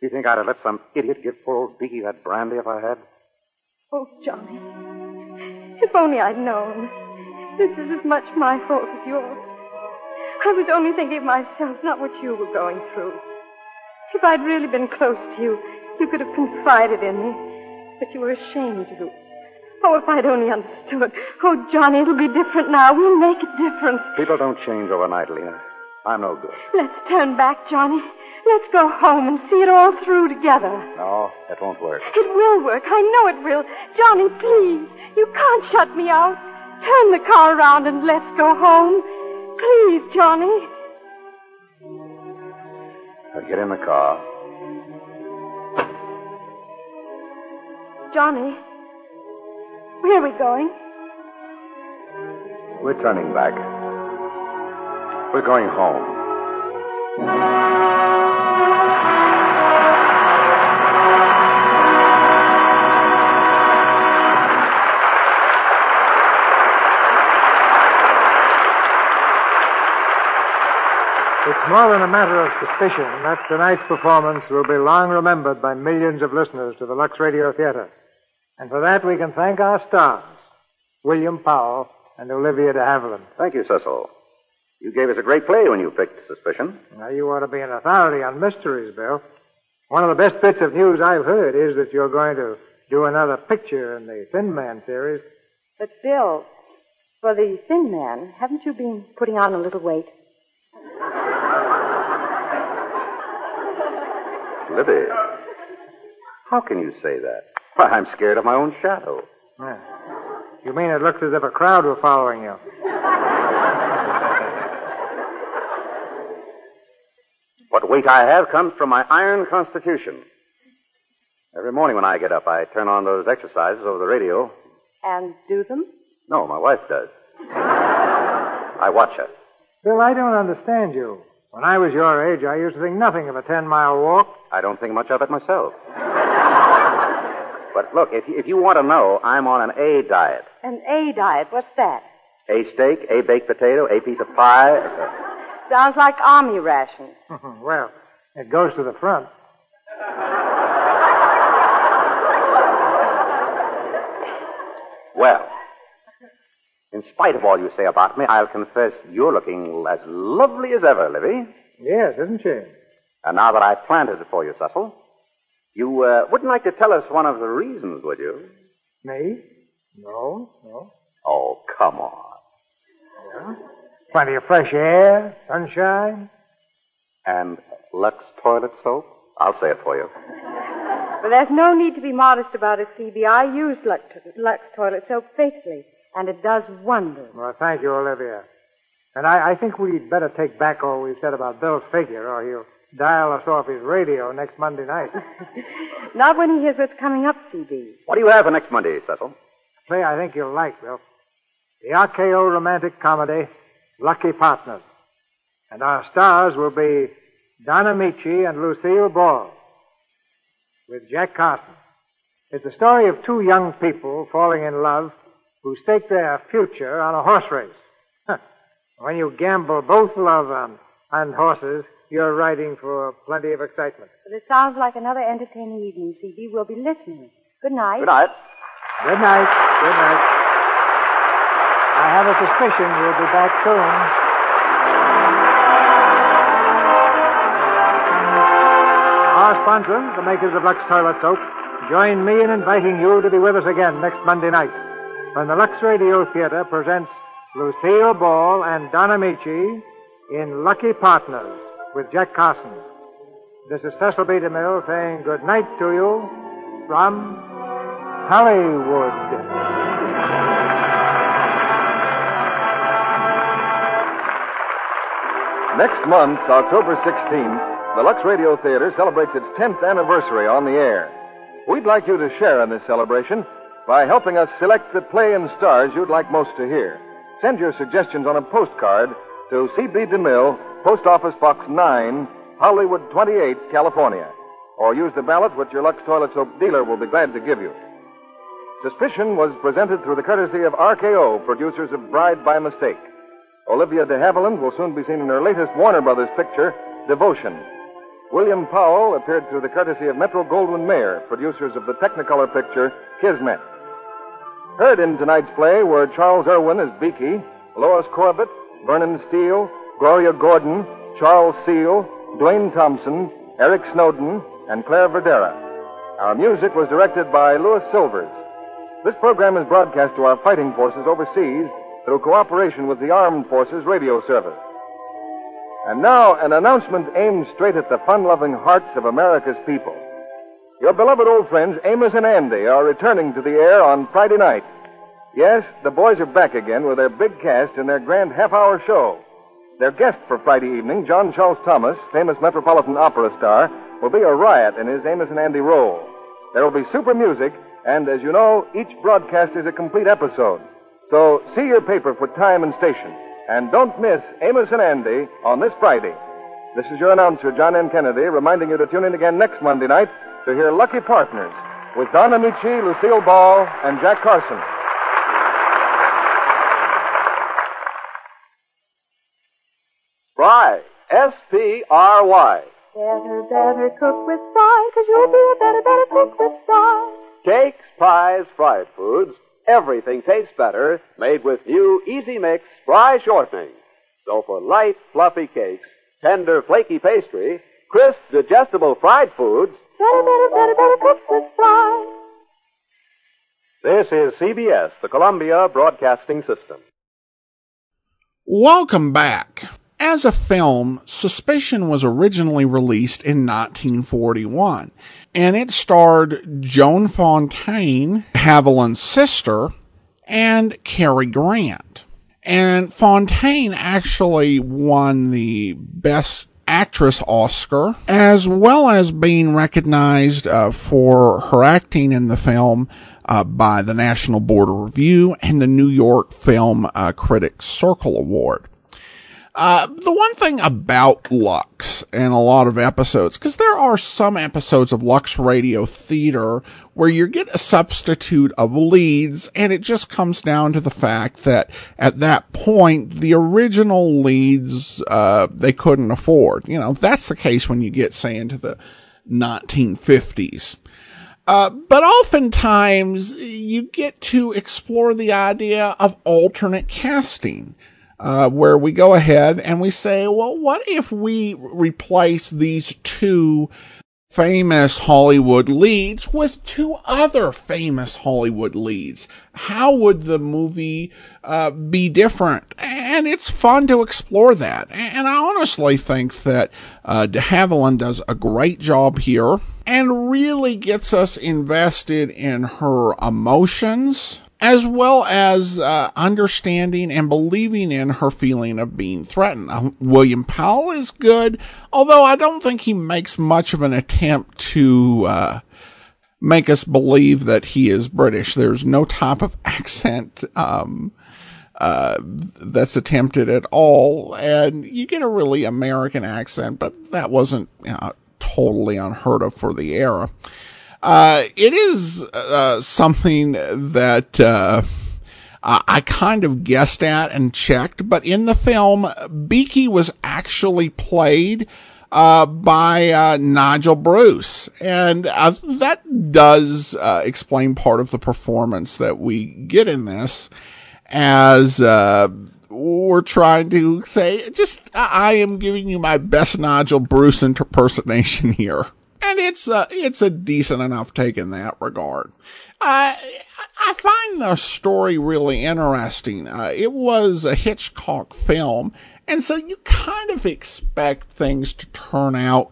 Do you think I'd have let some idiot give poor old Beaky that brandy if I had? Oh, Johnny. If only I'd known. This is as much my fault as yours. I was only thinking of myself, not what you were going through. If I'd really been close to you, you could have confided in me. But you were ashamed to. Oh, if I'd only understood. Oh, Johnny, it'll be different now. We'll make a difference. People don't change overnight, Lena. I'm no good. Let's turn back, Johnny. Let's go home and see it all through together. No, that won't work. It will work. I know it will. Johnny, please. You can't shut me out. Turn the car around and let's go home. Please, Johnny. Now get in the car. Johnny. Where are we going? We're turning back. We're going home. It's more than a matter of suspicion that tonight's performance will be long remembered by millions of listeners to the Lux Radio Theater. And for that, we can thank our stars, William Powell and Olivia de Havilland. Thank you, Cecil. You gave us a great play when you picked Suspicion. Now, you ought to be an authority on mysteries, Bill. One of the best bits of news I've heard is that you're going to do another picture in the Thin Man series. But, Bill, for the thin man, haven't you been putting on a little weight? Libby, how can you say that? Why, I'm scared of my own shadow. Yeah. You mean it looks as if a crowd were following you? What weight I have comes from my iron constitution. Every morning when I get up, I turn on those exercises over the radio. And do <laughs> them? No, my wife does. I watch her. Bill, I don't understand you. When I was your age, I used to think nothing of a ten mile walk. I don't think much of it myself. but look, if, if you want to know, I'm on an A diet. An A diet, what's that? A steak, a baked potato, a piece of pie. uh, Sounds like army rations. <laughs> well, it goes to the front. Well, in spite of all you say about me, I'll confess you're looking as lovely as ever, Livy. Yes, isn't she? And now that I've planted it for you, Cecil, you uh, wouldn't like to tell us one of the reasons, would you? Me? No, no. Oh, come on. Plenty of fresh air, sunshine. And Lux toilet soap? I'll say it for you. Well, there's no need to be modest about it, Phoebe. I use Lux, Lux toilet soap faithfully, and it does wonders. Well, thank you, Olivia. And I, I think we'd better take back all we've said about Bill's figure, or he'll dial us off his radio next Monday night. <laughs> Not when he hears what's coming up, Phoebe. What do you have for next Monday, Cecil? play I think you'll like, Bill. The RKO romantic comedy, Lucky Partners. And our stars will be Donna Michi and Lucille Ball, with Jack Carson. It's the story of two young people falling in love who stake their future on a horse race. Huh. when you gamble both love on, on horses, you're riding for plenty of excitement. But it sounds like another entertaining evening, Phoebe. We'll be listening. Good night. Good night. Good night. Good night. I have a suspicion we'll be back soon. Our sponsors, the makers of Lux Toilet Soap, join me in inviting you to be with us again next Monday night when the Lux Radio Theater presents Lucille Ball and Donna Michi in Lucky Partners with Jack Carson. This is Cecil B. DeMille saying good night to you from Hollywood. Next month, October 16th, the Lux Radio Theater celebrates its 10th anniversary on the air. We'd like you to share in this celebration by helping us select the play and stars you'd like most to hear. Send your suggestions on a postcard to C.B. DeMille, Post Office Box 9, Hollywood 28, California. Or use the ballot which your Lux Toilet Soap dealer will be glad to give you. Suspicion was presented through the courtesy of RKO, producers of Bride by Mistake. Olivia de Havilland will soon be seen in her latest Warner Brothers picture, Devotion. William Powell appeared through the courtesy of Metro Goldwyn Mayer, producers of the Technicolor picture, Kismet. Heard in tonight's play were Charles Irwin as Beaky, Lois Corbett, Vernon Steele, Gloria Gordon, Charles Seal, Dwayne Thompson, Eric Snowden, and Claire Verdera. Our music was directed by Louis Silvers. This program is broadcast to our fighting forces overseas through cooperation with the Armed Forces Radio Service. And now, an announcement aimed straight at the fun loving hearts of America's people. Your beloved old friends Amos and Andy are returning to the air on Friday night. Yes, the boys are back again with their big cast in their grand half hour show. Their guest for Friday evening, John Charles Thomas, famous Metropolitan Opera star, will be a riot in his Amos and Andy role. There will be super music, and as you know, each broadcast is a complete episode. So see your paper for time and station. And don't miss Amos and Andy on this Friday. This is your announcer, John N. Kennedy, reminding you to tune in again next Monday night to hear Lucky Partners with Don Amici, Lucille Ball, and Jack Carson. Fry. S P R Y. Better, better cook with fry, cause you'll be a better, better cook with fry. Cakes, pies, fried foods, everything tastes better made with new Easy Mix Fry Shortening. So for light, fluffy cakes, tender, flaky pastry, crisp, digestible fried foods, Better, better, better, better cook with fry. this is CBS, the Columbia Broadcasting System. Welcome back. As a film, Suspicion was originally released in 1941, and it starred Joan Fontaine, Haviland's sister, and Cary Grant. And Fontaine actually won the Best Actress Oscar, as well as being recognized uh, for her acting in the film uh, by the National Board of Review and the New York Film uh, Critics Circle Award. Uh, the one thing about Lux and a lot of episodes, because there are some episodes of Lux Radio Theater where you get a substitute of leads, and it just comes down to the fact that at that point, the original leads, uh, they couldn't afford. You know, that's the case when you get, say, into the 1950s. Uh, but oftentimes you get to explore the idea of alternate casting, uh, where we go ahead and we say, well, what if we replace these two famous Hollywood leads with two other famous Hollywood leads? How would the movie uh, be different? And it's fun to explore that. And I honestly think that uh, de Havilland does a great job here and really gets us invested in her emotions as well as uh, understanding and believing in her feeling of being threatened. Uh, William Powell is good, although I don't think he makes much of an attempt to uh, make us believe that he is British. There's no type of <laughs> accent um, uh, that's attempted at all, and you get a really American accent, but that wasn't uh, totally unheard of for the era. Uh, it is uh, something that uh, I I kind of guessed at and checked, but in the film, Beaky was actually played uh, by uh, Nigel Bruce, and uh, that does uh, explain part of the performance that we get in this as. Uh, we're trying to say, just, I I am giving you my best Nigel Bruce impersonation <laughs> here and it's a it's a decent enough take in that regard. I I find the story really interesting. Uh, it was a Hitchcock film, and so you kind of expect things to turn out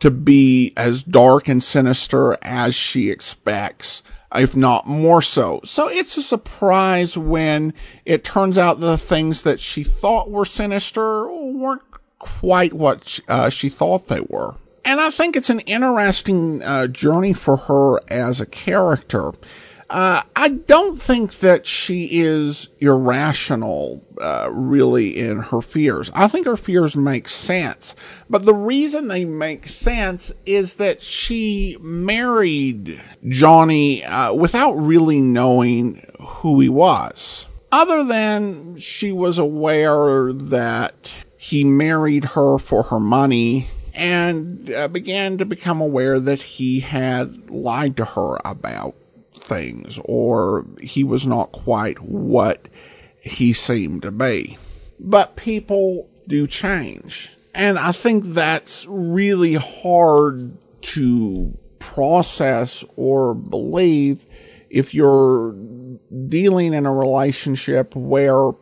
to be as dark and sinister as she expects, if not more so. So it's a surprise when it turns out the things that she thought were sinister weren't quite what she, uh, she thought they were and I think it's an interesting uh, journey for her as a character. Uh, I don't think that she is irrational, uh, really, in her fears. I think her fears make sense. But the reason they make sense is that she married Johnny uh, without really knowing who he was. Other than she was aware that he married her for her money and uh, began to become aware that he had lied to her about things or he was not quite what he seemed to be. But people do change. And I think that's really hard to process or believe if you're dealing in a relationship where,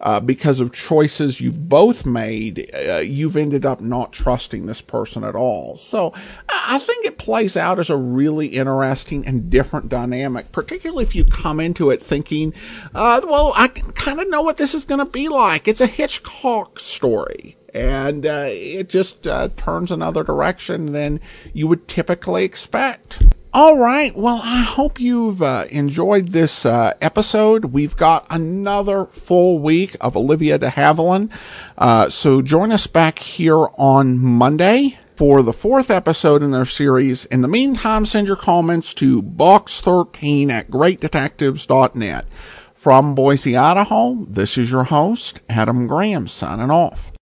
uh, because of choices you've both made, uh, you've ended up not trusting this person at all. So I I think it plays out as a really interesting and different dynamic, particularly if you come into it thinking, uh, well, I kind of know what this is going to be like. It's a Hitchcock story and uh, it just uh, turns another direction than you would typically expect. All right, well, I hope you've uh, enjoyed this uh, episode. We've got another full week of Olivia de Havilland, uh, so join us back here on Monday for the fourth episode in their series. In the meantime, send your comments to box13 at greatdetectives.net. From Boise, Idaho, this is your host, Adam Graham, signing off.